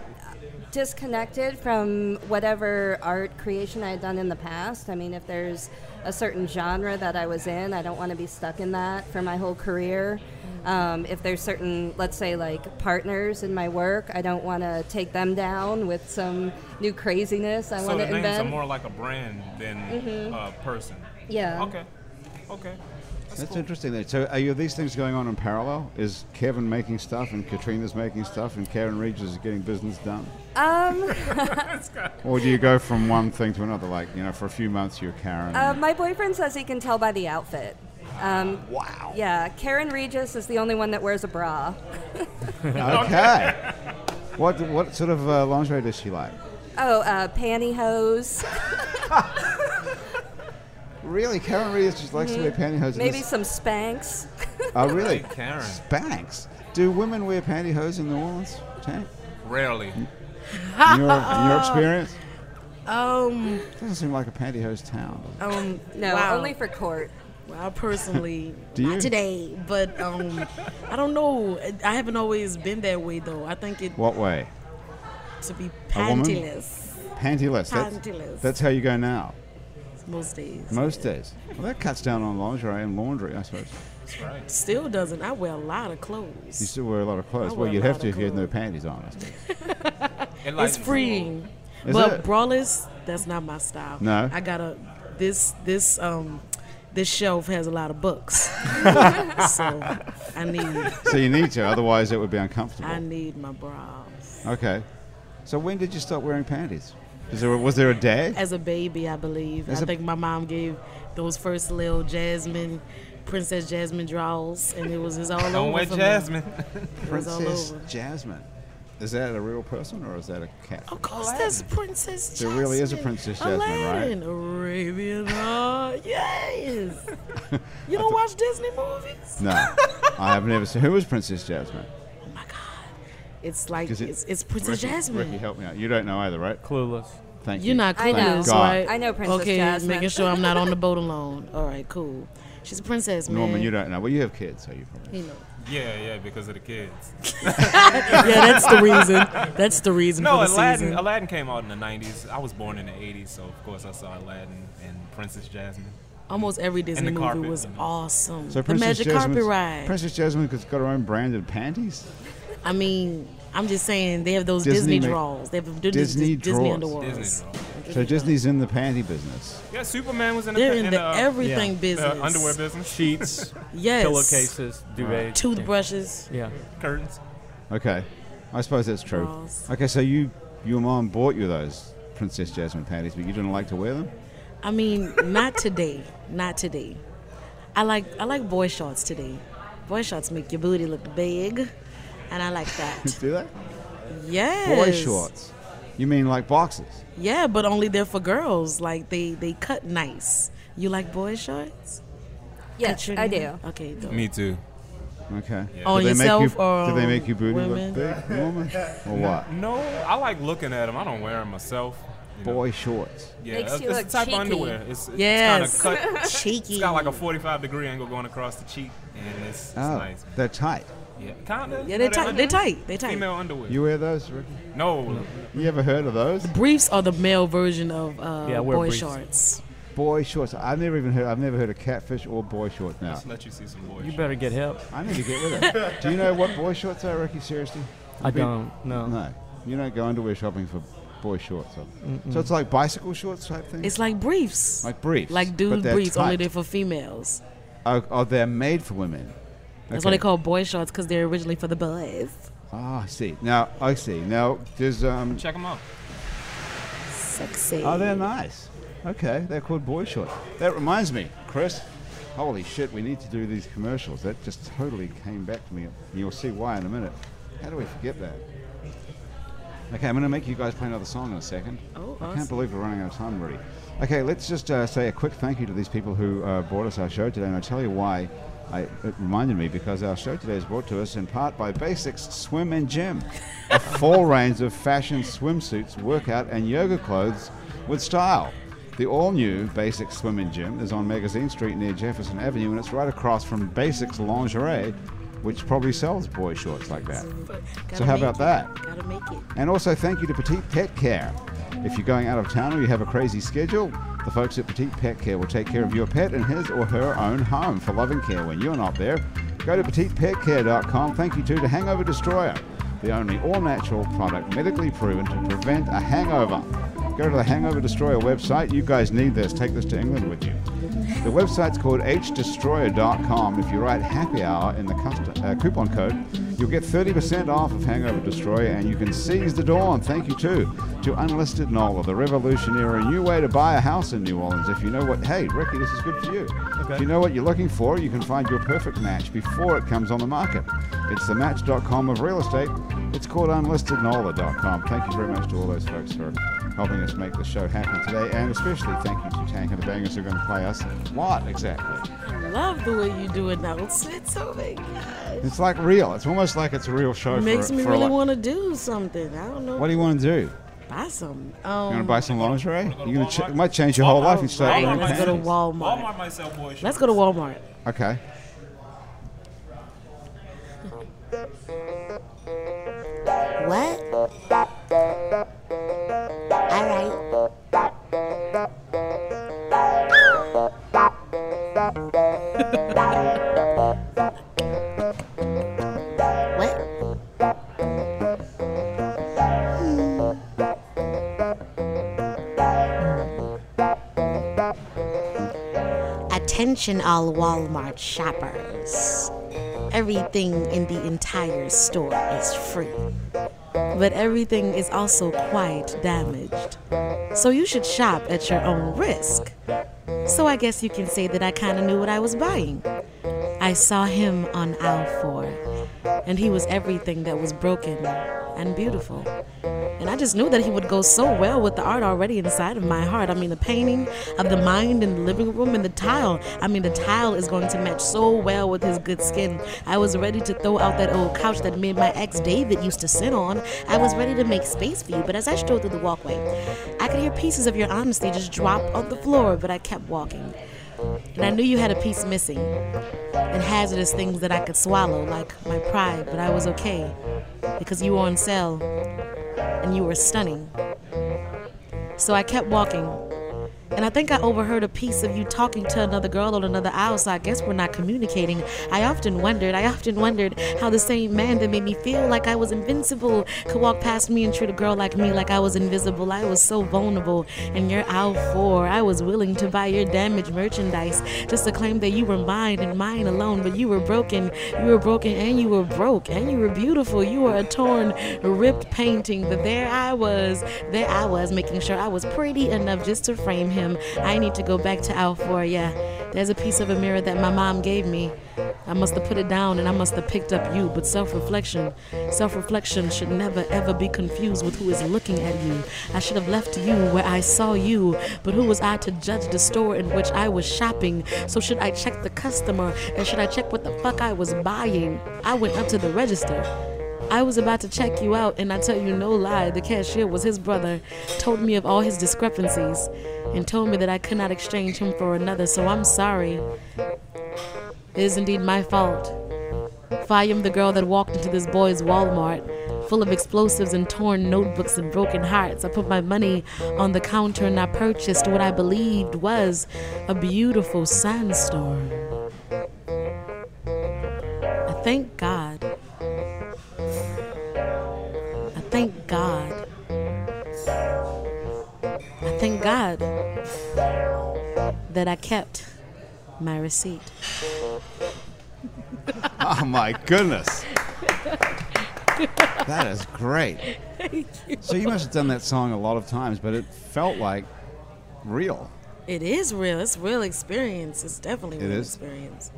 [SPEAKER 4] disconnected from whatever art creation I had done in the past. I mean, if there's a certain genre that I was in, I don't want to be stuck in that for my whole career. Um, if there's certain, let's say, like partners in my work, I don't want to take them down with some new craziness. I
[SPEAKER 6] So
[SPEAKER 4] want
[SPEAKER 6] the
[SPEAKER 4] to
[SPEAKER 6] names
[SPEAKER 4] invent.
[SPEAKER 6] are more like a brand than
[SPEAKER 5] Mm-hmm.
[SPEAKER 6] a person.
[SPEAKER 4] yeah.
[SPEAKER 6] Okay. Okay. That's,
[SPEAKER 1] That's
[SPEAKER 6] cool.
[SPEAKER 1] interesting. There. So, are you these things going on in parallel? Is Kevin making stuff and Katrina's making stuff and Karen Regis is getting business done?
[SPEAKER 4] Um.
[SPEAKER 1] Or do you go from one thing to another? Like, you know, for a few months you're Karen.
[SPEAKER 4] Uh, my boyfriend says he can tell by the outfit. Um, wow. Yeah, Karen Regis is the only one that wears a bra.
[SPEAKER 1] okay. what what sort of uh, lingerie does she like?
[SPEAKER 4] Oh, uh, pantyhose,
[SPEAKER 1] Really, Karen Regis just likes to wear pantyhose. in
[SPEAKER 4] maybe
[SPEAKER 1] this-
[SPEAKER 4] some Spanx.
[SPEAKER 1] Oh, really?
[SPEAKER 6] Like Karen.
[SPEAKER 1] Spanx. Do women wear pantyhose in New Orleans? Tank?
[SPEAKER 6] Rarely.
[SPEAKER 1] In your, in your experience,
[SPEAKER 5] Um,
[SPEAKER 1] doesn't seem like a pantyhose town. does it?
[SPEAKER 5] um,
[SPEAKER 4] No,
[SPEAKER 5] wow.
[SPEAKER 4] only for court.
[SPEAKER 5] Well, I personally,
[SPEAKER 1] Do you?
[SPEAKER 5] not today, but um, I don't know. I- I haven't always been that way, though. I think it
[SPEAKER 1] What way?
[SPEAKER 5] to be
[SPEAKER 1] A woman?
[SPEAKER 5] pantyless
[SPEAKER 1] Pantyless. That's,
[SPEAKER 5] Pantyless.
[SPEAKER 1] That's how you go now.
[SPEAKER 5] most days.
[SPEAKER 1] Most days. Well, that cuts down on lingerie and laundry, I suppose.
[SPEAKER 6] That's right.
[SPEAKER 5] Still doesn't. I wear a lot
[SPEAKER 1] You
[SPEAKER 5] of clothes.
[SPEAKER 1] still wear a lot of clothes.
[SPEAKER 5] I
[SPEAKER 1] Well,
[SPEAKER 5] wear a
[SPEAKER 1] you'd have
[SPEAKER 5] lot
[SPEAKER 1] to
[SPEAKER 5] of
[SPEAKER 1] if you had no
[SPEAKER 5] clothes.
[SPEAKER 1] panties on. I suppose.
[SPEAKER 6] It lightens
[SPEAKER 5] It's
[SPEAKER 6] the load.
[SPEAKER 5] freeing,
[SPEAKER 1] Is
[SPEAKER 5] but
[SPEAKER 1] it?
[SPEAKER 5] braless. That's not my style.
[SPEAKER 1] No?
[SPEAKER 5] I gotta. This this um this shelf has a lot of books, so I need
[SPEAKER 1] so you need to, otherwise it would be uncomfortable.
[SPEAKER 5] I need my bras.
[SPEAKER 1] Okay. So when did you stop wearing panties? Is there, was there a day?
[SPEAKER 5] as a baby, I believe.
[SPEAKER 1] As
[SPEAKER 5] I
[SPEAKER 1] a-
[SPEAKER 5] think my mom gave those first little Jasmine, Princess Jasmine draws, and it was just all
[SPEAKER 6] Don't
[SPEAKER 5] over.
[SPEAKER 6] wet
[SPEAKER 5] for me.
[SPEAKER 6] Jasmine.
[SPEAKER 5] It was all
[SPEAKER 1] Princess
[SPEAKER 5] over.
[SPEAKER 1] Jasmine. Is that a real person or is that a cat?
[SPEAKER 5] Of course, that's Princess
[SPEAKER 1] There
[SPEAKER 5] Jasmine.
[SPEAKER 1] really is a Princess Jasmine, right?
[SPEAKER 5] Aladdin, Arabian Nights. Yes. You don't watch Disney movies?
[SPEAKER 1] No, I have never seen. Who was Princess Jasmine?
[SPEAKER 5] Oh my God. It's like,
[SPEAKER 1] 'Cause it-
[SPEAKER 5] it's, it's Princess
[SPEAKER 1] Ricky,
[SPEAKER 5] Jasmine.
[SPEAKER 1] Ricky, help me out. You don't know either, right?
[SPEAKER 3] Clueless.
[SPEAKER 1] Thank you.
[SPEAKER 5] You're not
[SPEAKER 4] I
[SPEAKER 5] clueless,
[SPEAKER 4] know.
[SPEAKER 1] God.
[SPEAKER 5] right?
[SPEAKER 4] I know Princess
[SPEAKER 5] okay,
[SPEAKER 4] Jasmine.
[SPEAKER 5] making sure I'm not on the boat alone. All right, cool. She's a princess, man.
[SPEAKER 1] Norman, you don't know. Well, you have kids, so you probably.
[SPEAKER 5] You know.
[SPEAKER 6] yeah, yeah, because of the kids.
[SPEAKER 5] Yeah, that's the reason. That's the reason
[SPEAKER 6] No,
[SPEAKER 5] for the
[SPEAKER 6] Aladdin.
[SPEAKER 5] season.
[SPEAKER 6] Aladdin came out in the '90s. I was born in the '80s, so of course I saw Aladdin and Princess Jasmine.
[SPEAKER 5] Almost every Disney
[SPEAKER 6] the
[SPEAKER 5] movie
[SPEAKER 6] carpet.
[SPEAKER 5] was awesome.
[SPEAKER 1] So
[SPEAKER 5] the
[SPEAKER 1] Princess
[SPEAKER 5] Magic
[SPEAKER 1] Jasmine.
[SPEAKER 5] Carpet Ride.
[SPEAKER 1] Princess Jasmine has got her own branded panties.
[SPEAKER 5] I mean, I'm just saying they have those
[SPEAKER 1] Disney
[SPEAKER 5] Disney,
[SPEAKER 1] ma-
[SPEAKER 5] draws. They have
[SPEAKER 1] Disney
[SPEAKER 5] Disney, Disney,
[SPEAKER 1] draws.
[SPEAKER 5] underworlds.
[SPEAKER 6] Disney draw.
[SPEAKER 1] So Disney's in the panty business.
[SPEAKER 6] Yeah, Superman was in the
[SPEAKER 5] They're
[SPEAKER 6] pa-
[SPEAKER 5] in
[SPEAKER 6] uh,
[SPEAKER 5] the everything business.
[SPEAKER 6] uh, underwear business,
[SPEAKER 3] Sheets,
[SPEAKER 5] Yes.
[SPEAKER 3] pillowcases, duvets.
[SPEAKER 5] Toothbrushes.
[SPEAKER 3] Yeah.
[SPEAKER 6] curtains.
[SPEAKER 1] Okay, I suppose that's true.
[SPEAKER 5] Draws.
[SPEAKER 1] Okay, so you, your mom bought you those Princess Jasmine panties, but you didn't like to wear them.
[SPEAKER 5] I mean, not today. Not today. I like I like boy shorts today. Boy shorts make your booty look big, and I like that.
[SPEAKER 1] Do they?
[SPEAKER 5] yes.
[SPEAKER 1] Boy shorts. You mean like boxes?
[SPEAKER 5] Yeah, but only they're for girls. Like they they cut nice. You like boy shorts?
[SPEAKER 4] Yes,
[SPEAKER 5] Cut your
[SPEAKER 4] I do.
[SPEAKER 5] hair? Okay. dope.
[SPEAKER 6] Me too.
[SPEAKER 1] Okay.
[SPEAKER 6] Yeah.
[SPEAKER 5] On
[SPEAKER 1] Do they make
[SPEAKER 5] yourself
[SPEAKER 1] you,
[SPEAKER 5] or
[SPEAKER 1] do they make you booty look
[SPEAKER 5] women?
[SPEAKER 1] big, Norman, or what?
[SPEAKER 6] No, I like looking at them. I don't wear them myself. you know.
[SPEAKER 1] Boy shorts.
[SPEAKER 6] yeah,
[SPEAKER 4] Makes
[SPEAKER 6] it's,
[SPEAKER 4] you
[SPEAKER 6] it's
[SPEAKER 4] look
[SPEAKER 6] the type
[SPEAKER 4] cheeky.
[SPEAKER 6] of underwear. It's, it's
[SPEAKER 5] Yes.
[SPEAKER 6] kind of cut.
[SPEAKER 5] Cheeky.
[SPEAKER 6] It's got like a 45 degree angle going across the cheek, and it's, it's
[SPEAKER 1] Oh,
[SPEAKER 6] nice.
[SPEAKER 1] they're tight.
[SPEAKER 6] Yeah, kind of.
[SPEAKER 5] yeah, they tight. They tight. They tight.
[SPEAKER 6] Female underwear.
[SPEAKER 1] You wear those, Ricky?
[SPEAKER 6] no,
[SPEAKER 1] You ever heard of those?
[SPEAKER 5] Briefs are the male version of uh,
[SPEAKER 3] Yeah, I wear
[SPEAKER 5] boy
[SPEAKER 3] briefs.
[SPEAKER 5] shorts.
[SPEAKER 1] Boy shorts. I've never even heard. I've never heard of catfish or boy shorts. Now
[SPEAKER 6] just let you see some boys.
[SPEAKER 3] You better get hip.
[SPEAKER 1] I need to get with it. Do you know what boy shorts are, Ricky? Seriously?
[SPEAKER 3] I don't. No.
[SPEAKER 1] No, you don't go underwear shopping for boy shorts. huh? So it's like bicycle shorts type thing.
[SPEAKER 5] It's like briefs.
[SPEAKER 1] like briefs,
[SPEAKER 5] Like
[SPEAKER 1] but
[SPEAKER 5] dude
[SPEAKER 1] they're
[SPEAKER 5] briefs, only
[SPEAKER 1] tight.
[SPEAKER 5] they're for females.
[SPEAKER 1] Oh, oh, they're made for women.
[SPEAKER 5] That's
[SPEAKER 1] Okay.
[SPEAKER 5] why they call boy shorts because they're originally for the boys.
[SPEAKER 1] Ah, I see. Now I see. Now there's um.
[SPEAKER 6] Check them out.
[SPEAKER 5] Sexy.
[SPEAKER 1] Oh, they're nice. Okay, they're called boy shorts. That reminds me, Chris. Holy shit, we need to do these commercials. That just totally came back to me. and You'll see why in a minute. How do we forget that? Okay, I'm going to make you guys play another song in a second.
[SPEAKER 5] Oh,
[SPEAKER 1] I can't
[SPEAKER 5] awesome.
[SPEAKER 1] believe we're running out of time already. Okay, let's just uh, say a quick thank you to these people who uh, brought us our show today, and I'll tell you why. I, it reminded me because our show today is brought to us in part by Basics Swim and Gym, a full range of fashion swimsuits, workout, and yoga clothes with style. The all new Basics Swim and Gym is on Magazine Street near Jefferson Avenue, and it's right across from Basics Lingerie, which probably sells boy shorts like that. So, how about that?
[SPEAKER 5] Gotta make it.
[SPEAKER 1] And also thank you to Petite Pet Care. If you're going out of town or you have a crazy schedule, the folks at Petite Pet Care will take care of your pet in his or her own home for loving care when you're not there. Go to petitepetcare.com. Thank you too to Hangover Destroyer, the only all-natural product medically proven to prevent a hangover. Go to the Hangover Destroyer website. You guys need this. Take this to England with you. The website's called hdestroyer.com. If you write happy hour in the custom, uh, coupon code, You'll get 30% off of Hangover Destroyer and you can seize the dawn. Thank you too to Unlisted Nola, the revolutionary new way to buy a house in New Orleans. If you know what, hey, Ricky, this is good for you. If you know what you're looking for, you can find your perfect match before it comes on the market. It's the match.com of real estate. It's called unlistednola.com. Thank you very much to all those folks for helping us make the show happen today. And especially thank you to Tank and the Bangers who are going to play us what exactly?
[SPEAKER 5] I love the way you do announcements. Oh my god.
[SPEAKER 1] It's like real. It's almost like it's a real show.
[SPEAKER 5] It makes
[SPEAKER 1] for,
[SPEAKER 5] me
[SPEAKER 1] for
[SPEAKER 5] really
[SPEAKER 1] like-
[SPEAKER 5] want to do something. I don't know.
[SPEAKER 1] What do you want to do?
[SPEAKER 5] buy some?
[SPEAKER 1] You want
[SPEAKER 5] Um,
[SPEAKER 1] to buy some lingerie?
[SPEAKER 6] Go to
[SPEAKER 1] You're gonna ch-
[SPEAKER 6] Walmart.
[SPEAKER 1] it might change your whole life. You start
[SPEAKER 5] Alright,
[SPEAKER 1] wearing
[SPEAKER 5] let's go to
[SPEAKER 1] panties.
[SPEAKER 5] Walmart.
[SPEAKER 6] Walmart might sell boy shorts.
[SPEAKER 5] Let's go to Walmart.
[SPEAKER 1] Okay.
[SPEAKER 7] What? All right. what? Attention, all Walmart shoppers. Everything in the entire store is free.
[SPEAKER 5] but everything is also quite damaged. So you should shop at your own risk. So I guess you can say that I kind of knew what I was buying. I saw him on aisle four, and he was everything that was broken and beautiful. And I just knew that he would go so well with the art already inside of my heart. I mean, the painting of the mind in the living room and the tile. I mean, the tile is going to match so well with his good skin. I was ready to throw out that old couch that me and my ex David used to sit on. I was ready to make space for you, but as I strode through the walkway, I could hear pieces of your honesty just drop on the floor, but I kept walking. And I knew you had a piece missing, and hazardous things that I could swallow, like my pride, but I was okay because you were on sale and you were stunning. So I kept walking, and I think I overheard a piece of you talking to another girl on another aisle, so I guess we're not communicating. I often wondered, I often wondered how the same man that made me feel like I was invincible could walk past me and treat a girl like me like I was invisible. I was so vulnerable, and you're out for. I was willing to buy your damaged merchandise just to claim that you were mine and mine alone, but you were broken. You were broken, and you were broke, and you were beautiful. You were a torn, ripped painting, but there I was. There I was, making sure I was pretty enough just to frame him. I need to go back to Alfor. Yeah, there's a piece of a mirror that my mom gave me. I must have put it down and I must have picked up you, but self reflection, self reflection should never ever be confused with who is looking at you. I should have left you where I saw you, but who was I to judge the store in which I was shopping? So should I check the customer and should I check what the fuck I was buying? I went up to the register. I was about to check you out, and I tell you no lie, the cashier was his brother, told me of all his discrepancies, and told me that I could not exchange him for another, so I'm sorry. It is indeed my fault. For I am the girl that walked into this boy's Walmart, full of explosives and torn notebooks and broken hearts. I put my money on the counter and I purchased what I believed was a beautiful sandstorm. I thank God I thank God. I thank God that I kept my receipt.
[SPEAKER 1] Oh my goodness. That is great. So you must have done that song a lot of times, but it felt like real.
[SPEAKER 5] It is real. It's real experience. It's definitely
[SPEAKER 1] It
[SPEAKER 5] real
[SPEAKER 1] is?
[SPEAKER 5] experience.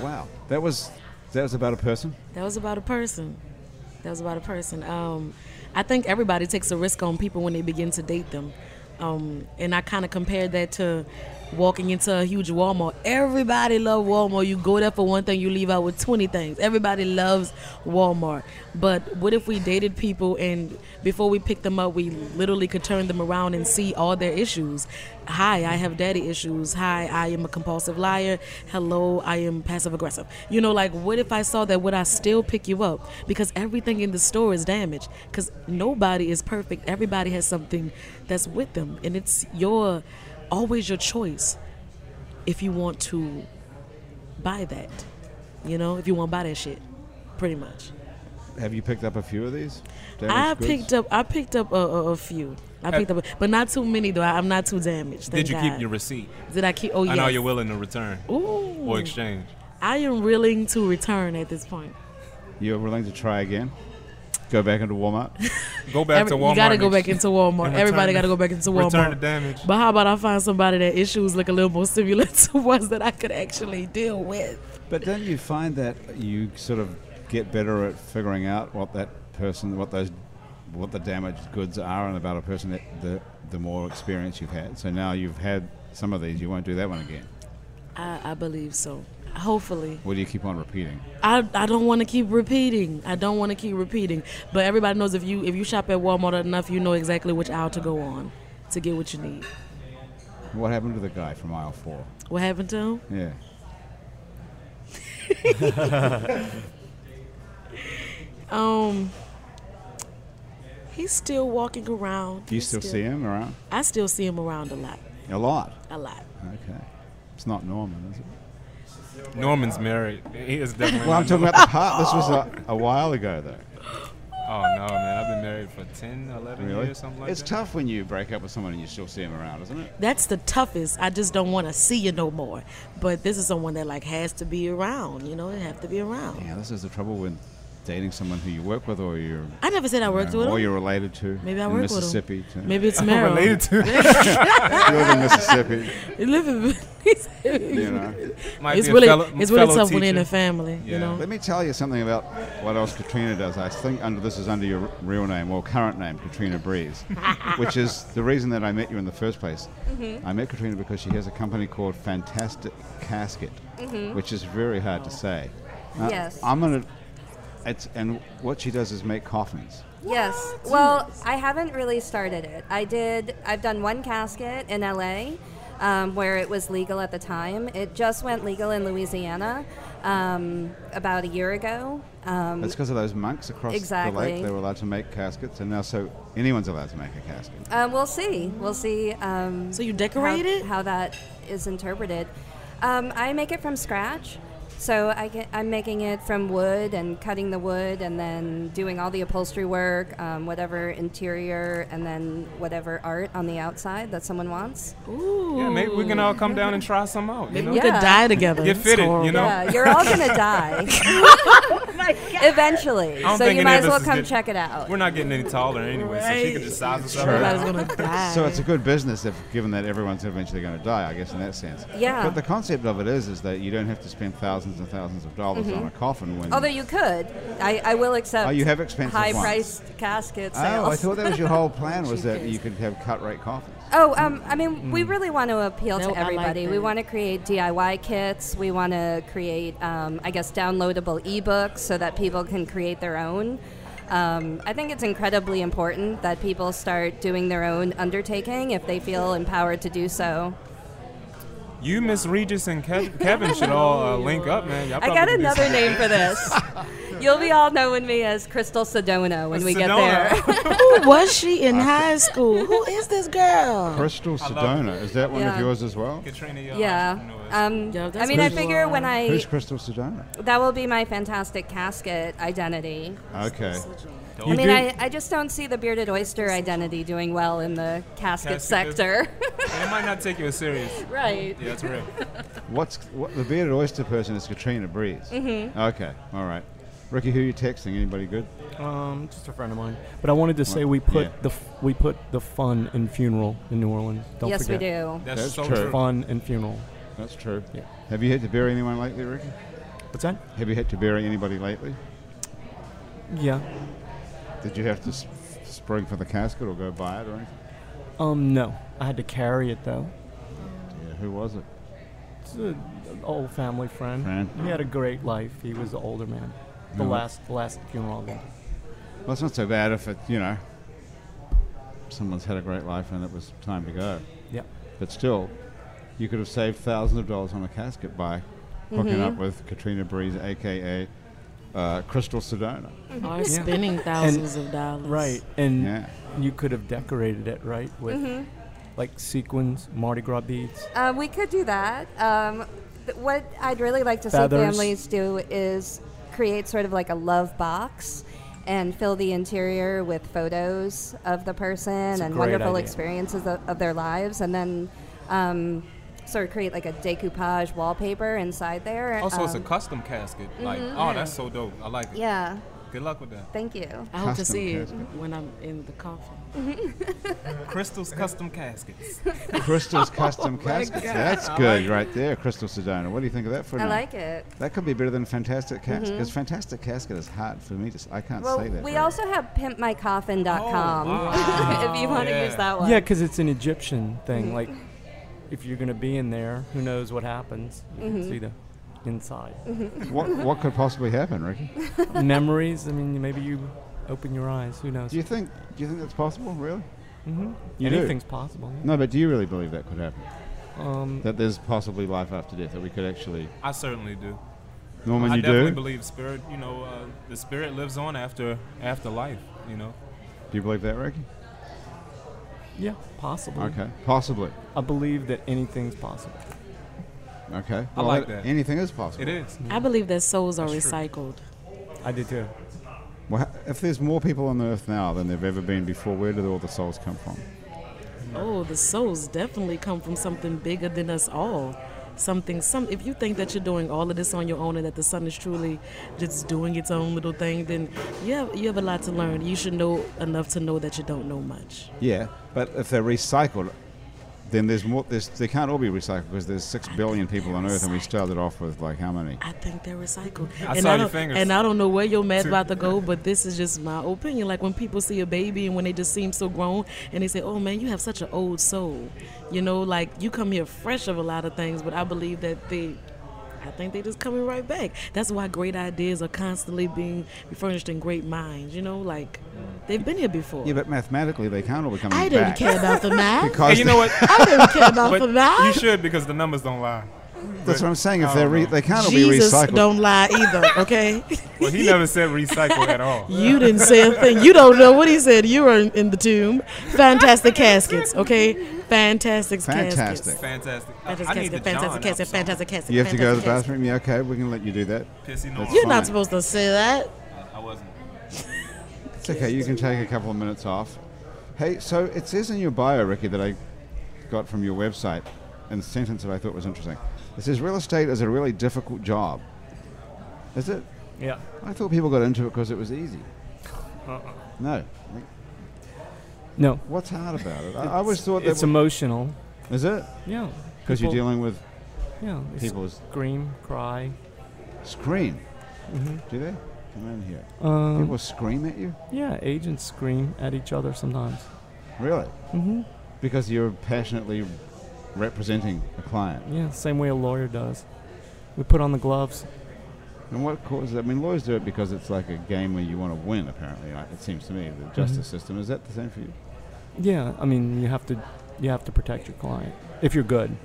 [SPEAKER 1] Wow. That was that was about a person.
[SPEAKER 5] That was about a person. That was about a person. Um, I think everybody takes a risk on people when they begin to date them. Um, and I kind of compared that to walking into a huge Walmart. Everybody love Walmart. You go there for one thing, you leave out with 20 things. Everybody loves Walmart. But what if we dated people and before we picked them up, we literally could turn them around and see all their issues? Hi, I have daddy issues. Hi, I am a compulsive liar. Hello, I am passive aggressive. You know, like, what if I saw that? Would I still pick you up? Because everything in the store is damaged. Because nobody is perfect. Everybody has something that's with them. And it's your, always your choice if you want to buy that. You know, if you want to buy that shit, pretty much.
[SPEAKER 1] Have you picked up a few of these?
[SPEAKER 5] I picked up, I picked up a, a, a few. I picked up, a, but not too many though. I, I'm not too damaged.
[SPEAKER 6] Did
[SPEAKER 5] thank
[SPEAKER 6] you
[SPEAKER 5] God.
[SPEAKER 6] keep your receipt?
[SPEAKER 5] Did I keep? Oh yeah.
[SPEAKER 6] And are you willing to return
[SPEAKER 5] Ooh.
[SPEAKER 6] or exchange?
[SPEAKER 5] I am willing to return at this point.
[SPEAKER 1] You're willing to try again? Go back into Walmart?
[SPEAKER 6] Go back
[SPEAKER 5] Every-
[SPEAKER 6] to Walmart.
[SPEAKER 5] you gotta go
[SPEAKER 6] and
[SPEAKER 5] back
[SPEAKER 6] ex-
[SPEAKER 5] into Walmart.
[SPEAKER 6] and
[SPEAKER 5] Everybody
[SPEAKER 6] return
[SPEAKER 5] gotta
[SPEAKER 6] the-
[SPEAKER 5] go back into Walmart.
[SPEAKER 6] return the damage.
[SPEAKER 5] But how about I find somebody that issues look a little more similar to ones that I could actually deal with?
[SPEAKER 1] But don't you find that you sort of get better at figuring out what that person, what those, what the damaged goods are, and about a person that the the more experience you've had. So now you've had some of these, you won't do that one again.
[SPEAKER 5] I, I believe so. Hopefully.
[SPEAKER 1] What do you keep on repeating?
[SPEAKER 5] I, I don't want to keep repeating. I don't want to keep repeating. But everybody knows if you if you shop at Walmart enough, you know exactly which aisle to go on to get what you need.
[SPEAKER 1] What happened to the guy from aisle four?
[SPEAKER 5] What happened to him?
[SPEAKER 1] Yeah,
[SPEAKER 5] Um, he's still walking around.
[SPEAKER 1] do you
[SPEAKER 5] He's
[SPEAKER 1] still see him around?
[SPEAKER 5] I still see him around a lot,
[SPEAKER 1] A lot.
[SPEAKER 5] a lot.
[SPEAKER 1] Okay, it's not Norman, is it?
[SPEAKER 6] Norman's married. He is definitely.
[SPEAKER 1] Well, I'm talking about the part. This was a, a while ago, though.
[SPEAKER 6] Oh no, man! I've been married for 10, 11
[SPEAKER 1] Really?
[SPEAKER 6] years, something like
[SPEAKER 1] it's
[SPEAKER 6] that.
[SPEAKER 1] tough when you break up with someone and you still see him around, isn't it?
[SPEAKER 5] That's the toughest. I just don't want to see you no more. But this is someone that like has to be around. You know, they have to be around.
[SPEAKER 1] Yeah, this is the trouble when dating someone who you work with or you're
[SPEAKER 5] I never said I worked
[SPEAKER 1] you know,
[SPEAKER 5] with
[SPEAKER 1] or
[SPEAKER 5] him.
[SPEAKER 1] you're related to
[SPEAKER 5] Maybe I
[SPEAKER 1] in
[SPEAKER 5] work with 'em.
[SPEAKER 1] Mississippi with to
[SPEAKER 5] Maybe it's Meryl.
[SPEAKER 6] related to.
[SPEAKER 1] you live in Mississippi
[SPEAKER 5] You live in-
[SPEAKER 1] you know
[SPEAKER 6] Might
[SPEAKER 5] it's
[SPEAKER 6] be a
[SPEAKER 5] really,
[SPEAKER 6] fellow-
[SPEAKER 5] it's really
[SPEAKER 6] fellow
[SPEAKER 5] tough when
[SPEAKER 6] teacher.
[SPEAKER 5] in a family,
[SPEAKER 6] Yeah.
[SPEAKER 5] you know.
[SPEAKER 1] let me tell you something about what else Katrina does I think under this is under your r- real name or current name Katrina Breeze which is the reason that I met you in the first place
[SPEAKER 5] Mm-hmm.
[SPEAKER 1] I met Katrina because she has a company called Fantastic Casket
[SPEAKER 5] Mm-hmm.
[SPEAKER 1] which is very hard to say Now,
[SPEAKER 4] Yes.
[SPEAKER 1] I'm gonna it's and what she does is make coffins
[SPEAKER 4] Yes. Well, I haven't really started it. I did. I've done one casket in LA, um, where it was legal at the time. It just went legal in Louisiana um, about a year ago. Um,
[SPEAKER 1] That's because of those monks across the
[SPEAKER 4] Exactly.
[SPEAKER 1] lake. They were allowed to make caskets, and now so anyone's allowed to make a casket.
[SPEAKER 4] Uh, we'll see. We'll see. Um,
[SPEAKER 5] So you decorate
[SPEAKER 4] how,
[SPEAKER 5] it?
[SPEAKER 4] How that is interpreted. Um, I make it from scratch. So I get, I'm making it from wood and cutting the wood and then doing all the upholstery work, um, whatever interior, and then whatever art on the outside that someone wants.
[SPEAKER 5] Ooh.
[SPEAKER 6] Yeah, maybe we can all come down and try some out. You know?
[SPEAKER 5] We could
[SPEAKER 4] Yeah.
[SPEAKER 5] die together.
[SPEAKER 6] Get
[SPEAKER 5] It's
[SPEAKER 6] fitted, you
[SPEAKER 5] horrible.
[SPEAKER 6] know?
[SPEAKER 4] Yeah, you're all gonna die
[SPEAKER 6] Oh
[SPEAKER 4] eventually.
[SPEAKER 6] don't
[SPEAKER 4] So
[SPEAKER 6] think any
[SPEAKER 4] you might
[SPEAKER 6] of
[SPEAKER 4] as well
[SPEAKER 6] us is
[SPEAKER 4] come
[SPEAKER 6] good-
[SPEAKER 4] check it out.
[SPEAKER 6] We're not getting any taller anyway, so she could just size us up.
[SPEAKER 5] Everybody's gonna die.
[SPEAKER 1] So it's a good business if, given that everyone's eventually going to die, I guess, in that sense.
[SPEAKER 4] Yeah.
[SPEAKER 1] But the concept of it is, is that you don't have to spend thousands and thousands of dollars
[SPEAKER 4] Mm-hmm.
[SPEAKER 1] on a coffin when.
[SPEAKER 4] Although you could, I, I will accept.
[SPEAKER 1] Oh, you have expensive ones.
[SPEAKER 4] high-priced casket sales.
[SPEAKER 1] oh, I thought that was your whole plan was that you could have cut rate coffins.
[SPEAKER 4] Oh, um, I mean, we really want to appeal
[SPEAKER 5] No, I
[SPEAKER 4] to
[SPEAKER 5] like
[SPEAKER 4] everybody. we
[SPEAKER 5] that.
[SPEAKER 4] want to create DIY kits. We want to create, um, I guess, downloadable ebooks so that people can create their own. Um, I think it's incredibly important that people start doing their own undertaking if they feel empowered to do so.
[SPEAKER 6] You, Miss Regis, and Kev- Kevin should all uh, link up, man. Y'all
[SPEAKER 4] I
[SPEAKER 6] probably
[SPEAKER 4] got
[SPEAKER 6] could do
[SPEAKER 4] another
[SPEAKER 6] some-
[SPEAKER 4] name for this. You'll be all knowing me as Crystal Sedona when we get
[SPEAKER 6] Sedona.
[SPEAKER 4] there.
[SPEAKER 5] Who was she in high school? Who is this girl?
[SPEAKER 1] Crystal Sedona, is that one of
[SPEAKER 4] Yeah.
[SPEAKER 1] yours as well?
[SPEAKER 6] Katrina, y'all
[SPEAKER 4] yeah.
[SPEAKER 6] entrepreneurs.
[SPEAKER 4] Um,
[SPEAKER 5] Yeah,
[SPEAKER 4] I
[SPEAKER 5] that's
[SPEAKER 4] mean, I
[SPEAKER 5] cool.
[SPEAKER 4] figure when I
[SPEAKER 1] Who's Crystal Sedona?
[SPEAKER 4] that will be my fantastic casket identity.
[SPEAKER 1] Okay.
[SPEAKER 4] I
[SPEAKER 3] You
[SPEAKER 4] mean,
[SPEAKER 3] do-
[SPEAKER 4] I, I just don't see the bearded oyster identity doing well in the casket,
[SPEAKER 6] Casket
[SPEAKER 4] sector.
[SPEAKER 6] They might not take you as serious.
[SPEAKER 4] right.
[SPEAKER 6] Yeah, that's real.
[SPEAKER 1] What's what, the bearded oyster person is Katrina Breeze. Mm-hmm. Okay, all right. Ricky, who are you texting? Anybody good?
[SPEAKER 3] Um, just a friend of mine. But I wanted to say we put
[SPEAKER 1] Yeah.
[SPEAKER 3] the f- we put the fun in funeral in New Orleans. Don't
[SPEAKER 4] yes,
[SPEAKER 3] forget.
[SPEAKER 4] we do.
[SPEAKER 6] That's,
[SPEAKER 1] That's
[SPEAKER 6] so
[SPEAKER 1] true.
[SPEAKER 6] true.
[SPEAKER 3] Fun and funeral.
[SPEAKER 1] That's true.
[SPEAKER 3] Yeah.
[SPEAKER 1] Have you had to bury anyone lately, Ricky?
[SPEAKER 3] What's that?
[SPEAKER 1] Have you had to bury anybody lately?
[SPEAKER 3] Yeah.
[SPEAKER 1] Did you have to s- spring for the casket or go buy it or anything?
[SPEAKER 3] Um, no, I had to carry it though.
[SPEAKER 1] Yeah, who was it?
[SPEAKER 3] It's a- an old family friend.
[SPEAKER 1] Friend.
[SPEAKER 3] He had a great life. He was the older man. The
[SPEAKER 1] No.
[SPEAKER 3] last the last funeral. I went to.
[SPEAKER 1] Well, it's not so bad if it, you know, someone's had a great life and it was time to go.
[SPEAKER 3] Yeah.
[SPEAKER 1] But still, you could have saved thousands of dollars on a casket by hooking
[SPEAKER 4] Mm-hmm.
[SPEAKER 1] up with Katrina Breeze, aka uh, Crystal Sedona.
[SPEAKER 5] Are spending thousands of dollars.
[SPEAKER 3] Right. And
[SPEAKER 1] Yeah.
[SPEAKER 3] you could have decorated it right with
[SPEAKER 4] Mm-hmm.
[SPEAKER 3] like sequins, Mardi Gras beads.
[SPEAKER 4] Uh, we could do that. Um, th- what I'd really like to
[SPEAKER 3] Feathers.
[SPEAKER 4] see families do is create sort of like a love box and fill the interior with photos of the person
[SPEAKER 3] a
[SPEAKER 4] and
[SPEAKER 3] great
[SPEAKER 4] wonderful
[SPEAKER 3] idea.
[SPEAKER 4] experiences of, of their lives, and then. Um, Sort of create like a decoupage wallpaper inside there.
[SPEAKER 6] Also, it's a
[SPEAKER 4] Um, mm-hmm.
[SPEAKER 6] custom casket. Like, oh, that's so dope. I like it.
[SPEAKER 4] yeah.
[SPEAKER 6] Good luck with that.
[SPEAKER 4] Thank you.
[SPEAKER 5] I hope to
[SPEAKER 1] Custom
[SPEAKER 5] see it
[SPEAKER 1] casket.
[SPEAKER 5] when I'm in the coffin.
[SPEAKER 6] Crystal's custom caskets.
[SPEAKER 1] Crystal's
[SPEAKER 4] Oh
[SPEAKER 1] custom caskets. That's good right there, Crystal Sedona. What do you think of that for
[SPEAKER 4] I
[SPEAKER 1] now?
[SPEAKER 4] like it.
[SPEAKER 1] That could be better than Fantastic Casket. Because Fantastic Casket is hard for me to. s- I can't
[SPEAKER 4] Mm-hmm. Well,
[SPEAKER 1] say that.
[SPEAKER 4] we
[SPEAKER 1] very
[SPEAKER 4] also have pimpmycoffin.com
[SPEAKER 6] Oh, wow.
[SPEAKER 4] if you want to
[SPEAKER 6] Yeah.
[SPEAKER 4] use that one.
[SPEAKER 3] Yeah, because it's an Egyptian thing. Like, if you're gonna be in there, who knows what happens? You can see the inside
[SPEAKER 1] well. What, what could possibly happen, Ricky?
[SPEAKER 3] memories. I mean, maybe you open your eyes. Who knows?
[SPEAKER 1] Do you think? Do you think that's possible? Really?
[SPEAKER 6] Mm-hmm.
[SPEAKER 1] You do?
[SPEAKER 3] Anything's possible. yeah.
[SPEAKER 1] No, but do you really believe that could happen?
[SPEAKER 3] Um,
[SPEAKER 1] That there's possibly life after death. That we could actually.
[SPEAKER 6] I certainly do.
[SPEAKER 1] Norman,
[SPEAKER 6] I
[SPEAKER 1] you
[SPEAKER 6] definitely
[SPEAKER 1] do.
[SPEAKER 6] believe spirit. You know, uh, the spirit lives on after after life. You know,
[SPEAKER 1] do you believe that, Ricky?
[SPEAKER 3] yeah, possible.
[SPEAKER 6] Mm-hmm.
[SPEAKER 1] Okay, possibly.
[SPEAKER 3] I believe that anything's possible.
[SPEAKER 1] Okay.
[SPEAKER 6] I
[SPEAKER 1] Well,
[SPEAKER 6] like that.
[SPEAKER 1] Anything is possible.
[SPEAKER 6] it is.
[SPEAKER 5] I believe that souls are
[SPEAKER 6] Mm. That's true.
[SPEAKER 5] recycled.
[SPEAKER 3] I do too.
[SPEAKER 1] Well, ha- if there's more people on the earth now than there've ever been before, where did all the souls come from?
[SPEAKER 6] Mm.
[SPEAKER 5] Oh, the souls definitely come from something bigger than us all. something. Some if you think that you're doing all of this on your own and that the sun is truly just doing its own little thing, then you have you have a lot to learn. You should know enough to know that you don't know much.
[SPEAKER 1] Yeah, but if they're recycled, then there's more. There's, they can't all be recycled because there's six billion people on Earth, and we started off with like how many?
[SPEAKER 5] I think they're recycled.
[SPEAKER 6] I
[SPEAKER 5] and
[SPEAKER 6] saw
[SPEAKER 5] I
[SPEAKER 6] your
[SPEAKER 5] don't,
[SPEAKER 6] fingers.
[SPEAKER 5] And I don't know where your math about to go, but this is just my opinion. Like when people see a baby and when they just seem so grown and they say, Oh man, you have such an old soul. You know, like you come here fresh of a lot of things, but I believe that they I think they just coming right back. That's why great ideas are constantly being furnished in great minds, you know, like they've been here before.
[SPEAKER 1] Yeah, but mathematically they can't all be coming
[SPEAKER 7] I didn't
[SPEAKER 1] back.
[SPEAKER 7] care about the math.
[SPEAKER 1] Because
[SPEAKER 6] And you know what?
[SPEAKER 7] I didn't care about the
[SPEAKER 6] but you
[SPEAKER 7] math.
[SPEAKER 6] should because the numbers don't lie.
[SPEAKER 1] that's what I'm saying. If
[SPEAKER 6] I
[SPEAKER 1] they're
[SPEAKER 6] don't
[SPEAKER 1] re-
[SPEAKER 6] know.
[SPEAKER 1] they can't all
[SPEAKER 5] Jesus
[SPEAKER 1] be recycled.
[SPEAKER 5] don't lie either, okay?
[SPEAKER 6] Well, he never said recycle at all.
[SPEAKER 5] You didn't say a thing. You don't know what he said. You were in, in the tomb. Fantastic caskets, okay? Fantastic,
[SPEAKER 1] Fantastic.
[SPEAKER 5] caskets.
[SPEAKER 6] Fantastic. I-
[SPEAKER 5] Fantastic
[SPEAKER 6] I need the
[SPEAKER 5] casket, fantastic
[SPEAKER 6] John
[SPEAKER 5] casket,
[SPEAKER 6] episode.
[SPEAKER 5] fantastic casket.
[SPEAKER 1] you have to go to the
[SPEAKER 5] fantastic
[SPEAKER 1] bathroom. Yeah, okay, we can let you do that.
[SPEAKER 6] Pissy
[SPEAKER 1] That's
[SPEAKER 6] normal.
[SPEAKER 5] casket. You're not
[SPEAKER 1] Fine.
[SPEAKER 5] supposed to say that.
[SPEAKER 6] I wasn't.
[SPEAKER 1] It's okay. You can take a couple of minutes off. Hey, so it says in your bio, Ricky, that I got from your website, and the sentence that I thought was interesting. It says real estate is a really difficult job. Is it?
[SPEAKER 3] Yeah.
[SPEAKER 1] I thought people got into it because it was easy.
[SPEAKER 3] Uh-uh.
[SPEAKER 1] No.
[SPEAKER 3] No.
[SPEAKER 1] What's hard about it? I, I always thought that.
[SPEAKER 3] It's emotional.
[SPEAKER 1] wa- is it?
[SPEAKER 3] Yeah.
[SPEAKER 1] Because you're
[SPEAKER 3] People-
[SPEAKER 1] dealing with
[SPEAKER 3] Yeah. they
[SPEAKER 1] people's
[SPEAKER 3] Scream, cry.
[SPEAKER 1] scream.
[SPEAKER 3] hmm
[SPEAKER 1] Do they? Come in here.
[SPEAKER 3] Um,
[SPEAKER 1] people scream at you?
[SPEAKER 3] yeah, agents scream at each other sometimes.
[SPEAKER 1] Really?
[SPEAKER 3] hmm
[SPEAKER 1] Because you're passionately representing a client.
[SPEAKER 3] Yeah, same way a lawyer does. We put on the gloves.
[SPEAKER 1] And what causes? I mean, lawyers do it because it's like a game where you want to win. Apparently, like, it seems to me the justice
[SPEAKER 3] Mm-hmm.
[SPEAKER 1] system is that the same for you.
[SPEAKER 3] Yeah, I mean you have to you have to protect your client if you're good.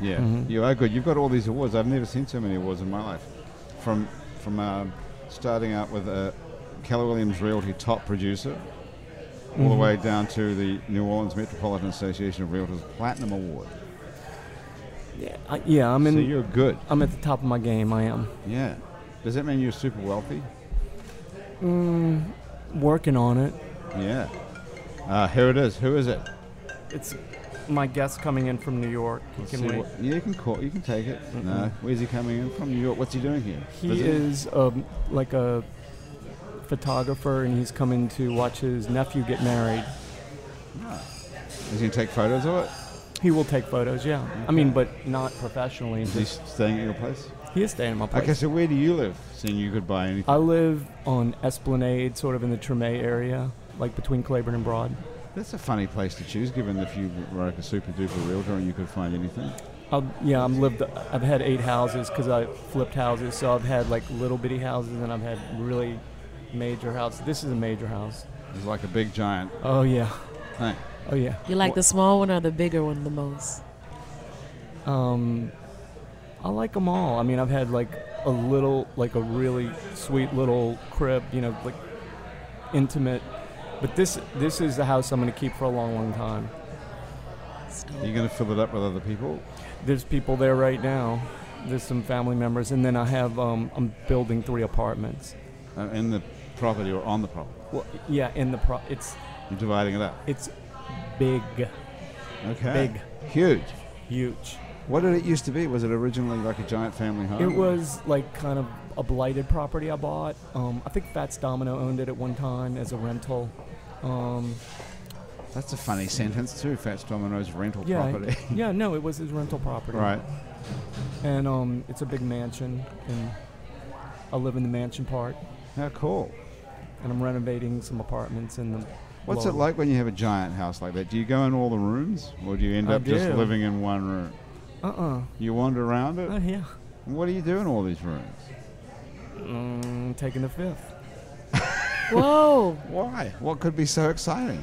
[SPEAKER 1] Yeah,
[SPEAKER 3] Mhm.
[SPEAKER 1] you are good. You've got all these awards. I've never seen so many awards in my life. From from um, starting out with uh, Keller Williams Realty top producer, all the
[SPEAKER 3] Mhm.
[SPEAKER 1] way down to the New Orleans Metropolitan Association of Realtors Platinum Award.
[SPEAKER 3] Yeah, I, yeah, I'm
[SPEAKER 1] so
[SPEAKER 3] in.
[SPEAKER 1] you're good.
[SPEAKER 3] I'm at the top of my game. I am
[SPEAKER 1] Yeah. Does that mean you're super wealthy?
[SPEAKER 3] working on it.
[SPEAKER 1] Yeah. Uh, here it is. Who is it?
[SPEAKER 3] It's my guest coming in from New York. You
[SPEAKER 1] See
[SPEAKER 3] can wait.
[SPEAKER 1] what- yeah, you can call. You can take it. No. Where's he coming in from? New York. What's he doing here?
[SPEAKER 3] He
[SPEAKER 1] Visiting?
[SPEAKER 3] is um, like a photographer, and he's coming to watch his nephew get married.
[SPEAKER 1] Ah. Is he gonna take photos of it?
[SPEAKER 3] He will take photos. Yeah, I mean,
[SPEAKER 1] Okay.
[SPEAKER 3] but not professionally.
[SPEAKER 1] Is he
[SPEAKER 3] Just,
[SPEAKER 1] staying at your place?
[SPEAKER 3] he is staying in my place.
[SPEAKER 1] Okay, so where do you live? Seeing you could buy anything.
[SPEAKER 3] I live on Esplanade, sort of in the Treme area, like between Claiborne and Broad.
[SPEAKER 1] That's a funny place to choose, given if you were like a super duper realtor and you could find anything.
[SPEAKER 3] I've, yeah, I'm lived. I've had eight houses because I flipped houses. So I've had like little bitty houses, and I've had really major houses. This is a major house.
[SPEAKER 1] It's like a big giant
[SPEAKER 3] Oh yeah,
[SPEAKER 1] thing.
[SPEAKER 3] oh yeah.
[SPEAKER 5] You like the small one or the bigger one the most?
[SPEAKER 3] Um, I like them all. I mean, I've had like a little, like a really sweet little crib, you know, like intimate. But this this is the house I'm going to keep for a long, long time.
[SPEAKER 1] Are you going to fill it up with other people?
[SPEAKER 3] There's people there right now. There's some family members, and then I have um, I'm building three apartments.
[SPEAKER 1] Uh, in the property or on the property?
[SPEAKER 3] Well, yeah, in the pro, it's
[SPEAKER 1] You're dividing it up.
[SPEAKER 3] It's big,
[SPEAKER 1] Okay.
[SPEAKER 3] Big.
[SPEAKER 1] Huge.
[SPEAKER 3] huge.
[SPEAKER 1] What did it used to be? Was it originally like a giant family home?
[SPEAKER 3] It was like kind of a blighted property I bought. Um, I think Fats Domino owned it at one time as a rental. Um,
[SPEAKER 1] That's a funny sentence too. Fats Domino's rental
[SPEAKER 3] yeah,
[SPEAKER 1] property.
[SPEAKER 3] yeah, no, it was his rental property.
[SPEAKER 1] right.
[SPEAKER 3] and um, it's a big mansion, and I live in the mansion part,
[SPEAKER 1] How cool.
[SPEAKER 3] and I'm renovating some apartments in the.
[SPEAKER 1] What's it
[SPEAKER 3] lower-
[SPEAKER 1] like when you have a giant house like that? Do you go in all the rooms, or do you end
[SPEAKER 3] I
[SPEAKER 1] up just
[SPEAKER 3] do.
[SPEAKER 1] living in one room?
[SPEAKER 3] Uh-uh.
[SPEAKER 1] You wander around it.
[SPEAKER 3] Oh yeah.
[SPEAKER 1] And What do you do in all these rooms?
[SPEAKER 3] Mm, taking the fifth.
[SPEAKER 5] Whoa.
[SPEAKER 1] Why? What could be so exciting?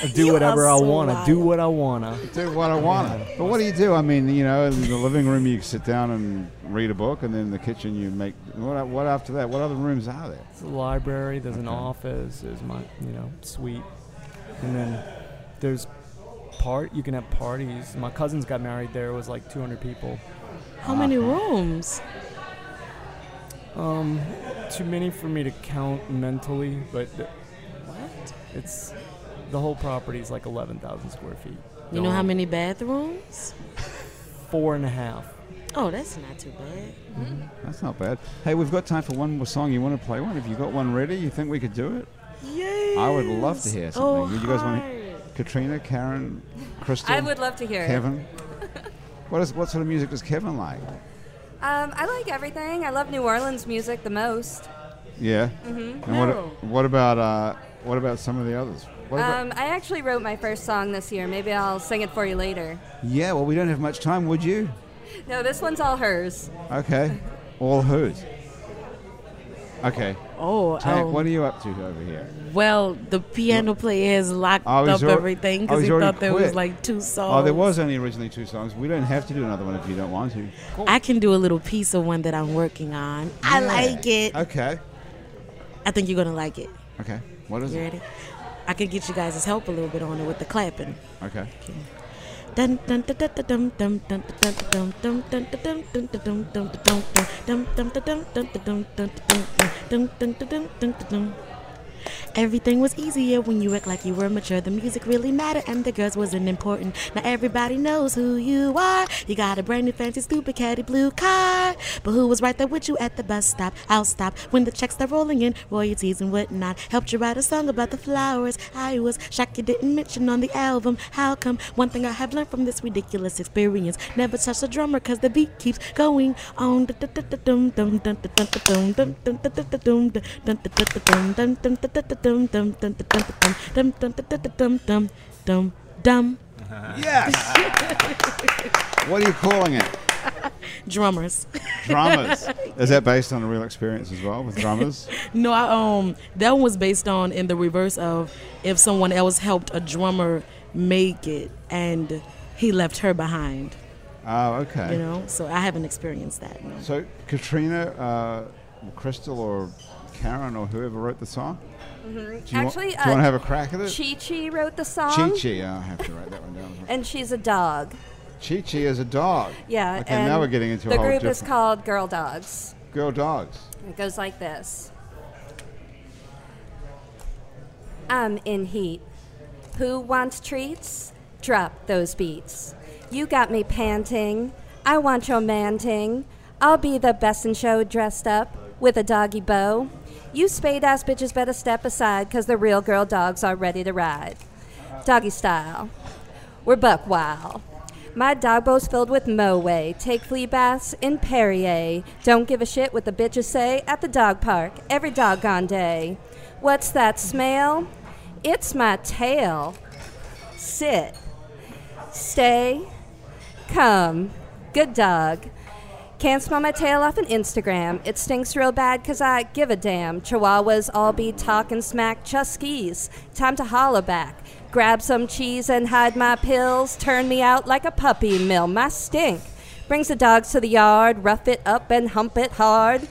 [SPEAKER 3] I do
[SPEAKER 5] You
[SPEAKER 3] whatever
[SPEAKER 5] are
[SPEAKER 3] I
[SPEAKER 5] so
[SPEAKER 3] wanna. Do
[SPEAKER 5] wild.
[SPEAKER 3] what I wanna.
[SPEAKER 1] Do what I want. to. But what do you do? I mean, you know, in the living room you sit down and read a book, and then in the kitchen you make. What, what after that? What other rooms are there?
[SPEAKER 3] It's a library. There's an
[SPEAKER 1] Okay.
[SPEAKER 3] office. There's my, you know, suite, and then there's part. You can have parties. My cousins got married there. It was like 200 people.
[SPEAKER 5] How many rooms?
[SPEAKER 3] Um, too many for me to count mentally, but th-
[SPEAKER 5] What?
[SPEAKER 3] it's the whole property is like 11,000 square feet.
[SPEAKER 5] You know how many bathrooms?
[SPEAKER 3] four and a half.
[SPEAKER 5] Oh, that's not too bad.
[SPEAKER 1] That's not bad. Hey, we've got time for one more song. You want to play one? Have you got one ready? You think we could do it?
[SPEAKER 5] Yes.
[SPEAKER 1] I would love to hear
[SPEAKER 5] Oh,
[SPEAKER 1] something. you guys want
[SPEAKER 5] hi.
[SPEAKER 1] to? Katrina, Karen, Crystal,
[SPEAKER 4] I would love to hear it.
[SPEAKER 1] Kevin. what is what sort of music does Kevin like?
[SPEAKER 4] Um, I like everything. I love New Orleans music the most.
[SPEAKER 1] Yeah. Mm-hmm. And what what about uh, what about some of the others? What about,
[SPEAKER 4] Um, I actually wrote my first song this year. Maybe I'll sing it for you later.
[SPEAKER 1] yeah. Well, we don't have much time. Would you?
[SPEAKER 4] No, this one's all hers.
[SPEAKER 1] Okay. All whose? Okay.
[SPEAKER 5] Oh,
[SPEAKER 1] Tank,
[SPEAKER 5] um,
[SPEAKER 1] what are you up to over here?
[SPEAKER 5] well, the piano player has locked
[SPEAKER 1] Oh,
[SPEAKER 5] up
[SPEAKER 1] he's alre-
[SPEAKER 5] everything
[SPEAKER 1] oh,
[SPEAKER 5] because
[SPEAKER 1] he's
[SPEAKER 5] he
[SPEAKER 1] already
[SPEAKER 5] thought there was
[SPEAKER 1] quit.
[SPEAKER 5] like two songs.
[SPEAKER 1] Oh, there was only originally two songs. We don't have to do another one if you don't want to.
[SPEAKER 5] I can do a little piece of one that I'm working on. I like it.
[SPEAKER 1] Okay.
[SPEAKER 5] I think you're gonna like it.
[SPEAKER 1] Okay. What is
[SPEAKER 5] You
[SPEAKER 1] it?
[SPEAKER 5] ready? I can get you guys' help a little bit on it with the clapping.
[SPEAKER 1] Okay.
[SPEAKER 5] Dun dun dun dun dun dun dun dun dun dun dun dun dun dun dun dun dun dun dun dun dun dun dun dun dun dun dun dun dun Everything was easier when you act like you were mature. The music really mattered, and the girls wasn't important. Now everybody knows who you are. You got a brand new fancy, stupid, catty blue car. But who was right there with you at the bus stop? I'll stop when the checks start rolling in, royalties and whatnot. Helped you write a song about the flowers. I was shocked you didn't mention on the album. How come? One thing I have learned from this ridiculous experience: never touch the drummer, cause the beat keeps going on. Dum dum
[SPEAKER 1] Yes. what are you calling it?
[SPEAKER 5] drummers.
[SPEAKER 1] Dramas. Is that based on a real experience as well with dramas?
[SPEAKER 5] No, I, um, that one was based on in the reverse of if someone else helped a drummer make it and he left her behind.
[SPEAKER 1] oh, okay.
[SPEAKER 5] You know, so I haven't experienced that. No.
[SPEAKER 1] So Katrina, uh, Crystal, or Karen, or whoever wrote the song. Do you
[SPEAKER 4] Actually,
[SPEAKER 1] want,
[SPEAKER 4] uh,
[SPEAKER 1] do you want to have a crack at it?
[SPEAKER 4] Chi Chi wrote the song.
[SPEAKER 1] Chi Chi. I have to write that one down.
[SPEAKER 4] And she's a dog.
[SPEAKER 1] Chi Chi is a dog.
[SPEAKER 4] Yeah.
[SPEAKER 1] Okay,
[SPEAKER 4] and
[SPEAKER 1] now we're getting into
[SPEAKER 4] The
[SPEAKER 1] a whole
[SPEAKER 4] group
[SPEAKER 1] different
[SPEAKER 4] is called Girl Dogs.
[SPEAKER 1] girl dogs.
[SPEAKER 4] It goes like this I'm in heat. Who wants treats? Drop those beats. You got me panting. I want your manting. I'll be the best in show dressed up with a doggy bow. You spade ass bitches better step aside, cause the real girl dogs are ready to ride. Doggy style. We're buck wild. My dog bowl's filled with Moe. Take flea baths in Perrier. Don't give a shit what the bitches say at the dog park every doggone day. What's that smell? It's my tail. Sit. Stay. Come. Good dog. Can't smell my tail off an Instagram. It stinks real bad 'cause I give a damn. Chihuahuas all be talking smack, chuskies. Time to holler back. Grab some cheese and hide my pills. Turn me out like a puppy mill. My stink brings the dogs to the yard. Rough it up and hump it hard.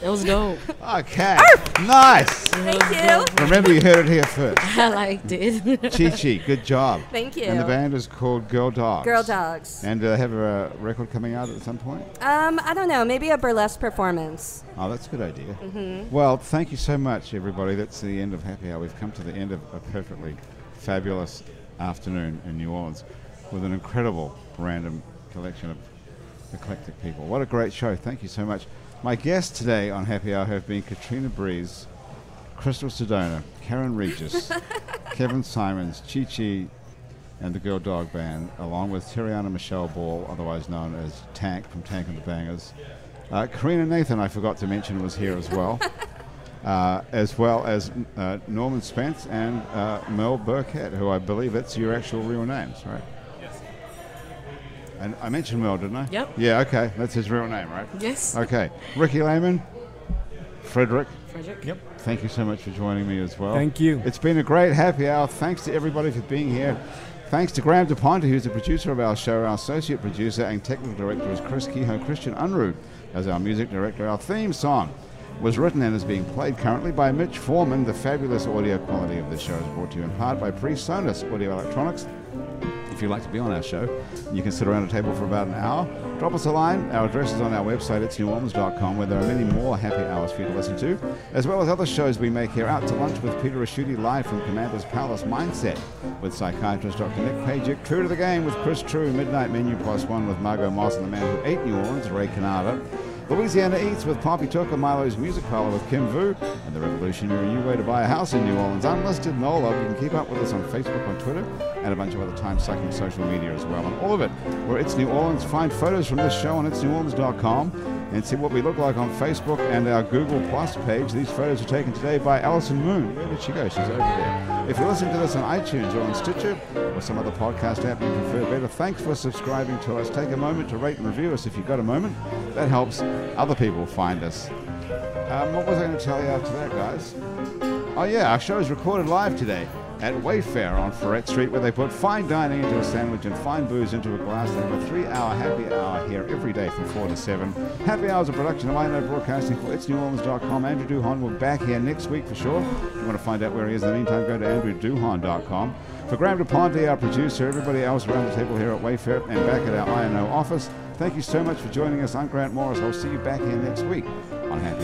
[SPEAKER 5] That was dope.
[SPEAKER 1] Okay. Nice.
[SPEAKER 4] Thank you.
[SPEAKER 1] Remember, you heard it here first.
[SPEAKER 5] I liked it.
[SPEAKER 1] Chi Chi, good job.
[SPEAKER 4] Thank you.
[SPEAKER 1] And the band is called Girl Dogs.
[SPEAKER 4] Girl dogs.
[SPEAKER 1] And do they have a record coming out at some point?
[SPEAKER 4] Um, I don't know. Maybe a burlesque performance.
[SPEAKER 1] Oh, that's a good idea.
[SPEAKER 4] Mm-hmm.
[SPEAKER 1] Well, thank you so much, everybody. That's the end of Happy Hour. We've come to the end of a perfectly fabulous afternoon in New Orleans with an incredible random collection of eclectic people. What a great show. Thank you so much. My guests today on Happy Hour have been Katrina Breeze, Crystal Sedona, Karen Regis, Kevin Simons, Chi Chi, and the Girl Dog Band, along with Terriana Michelle Ball, otherwise known as Tank from Tank and the Bangers. Uh, Karina Nathan, I forgot to mention, was here as well, uh, as well as uh, Norman Spence and uh, Mel Burkett, who I believe it's your actual real names, right?
[SPEAKER 6] Yes.
[SPEAKER 1] And I mentioned Mel, didn't I?
[SPEAKER 5] Yep.
[SPEAKER 1] Yeah, okay. That's his real name, right?
[SPEAKER 5] yes.
[SPEAKER 1] Okay. Ricky Lehman, Frederick,
[SPEAKER 5] Frederick.
[SPEAKER 1] Thank you so much for joining me as well.
[SPEAKER 3] Thank you.
[SPEAKER 1] It's been a great happy hour. Thanks to everybody for being here. Thanks to Graham DePonte, who's the producer of our show. Our associate producer and technical director is Chris Kehoe. Christian Unruh as our music director. Our theme song was written and is being played currently by Mitch Foreman. The fabulous audio quality of this show is brought to you in part by PreSonus Audio Electronics. If you'd like to be on our show. You can sit around a table for about an hour. Drop us a line. Our address is on our website at sneworleans.com where there are many more happy hours for you to listen to, as well as other shows we make here. Out to lunch with Peter Raschuti live from Commander's Palace Mindset with psychiatrist Dr. Nick Pajic. True to the Game with Chris True. Midnight Menu Plus One with Margot Moss and the man who ate New Orleans, Ray Canada. Louisiana Eats with Pompey Tucker, Milo's Music Parlor with Kim Vu, and the revolutionary new way to buy a house in New Orleans, Unlisted NOLA. You can keep up with us on Facebook, on Twitter, and a bunch of other time-sucking social media as well. And all of it, where It's New Orleans. Find photos from this show on itsneworleans.com and see what we look like on Facebook and our Google Plus page. These photos were taken today by Alison Moon. Where did she go? She's over there. If you listen to this on iTunes or on Stitcher or some other podcast app you prefer better, thanks for subscribing to us. Take a moment to rate and review us if you've got a moment. That helps other people find us. Um, what was I going to tell you after that, guys? Oh, yeah, our show is recorded live today at Wayfair on Ferret Street, where they put fine dining into a sandwich and fine booze into a glass. They have a three hour happy hour here every day from 4 to 7. Happy Hour is a production of INO Broadcasting for itsneworleans.com. Andrew Duhon will be back here next week for sure. If you want to find out where he is in the meantime, go to andrewduhon.com. For Graham DePonte, our producer, everybody else around the table here at Wayfair and back at our INO office, thank you so much for joining us. I'm Grant Morris. I'll see you back here next week on Happy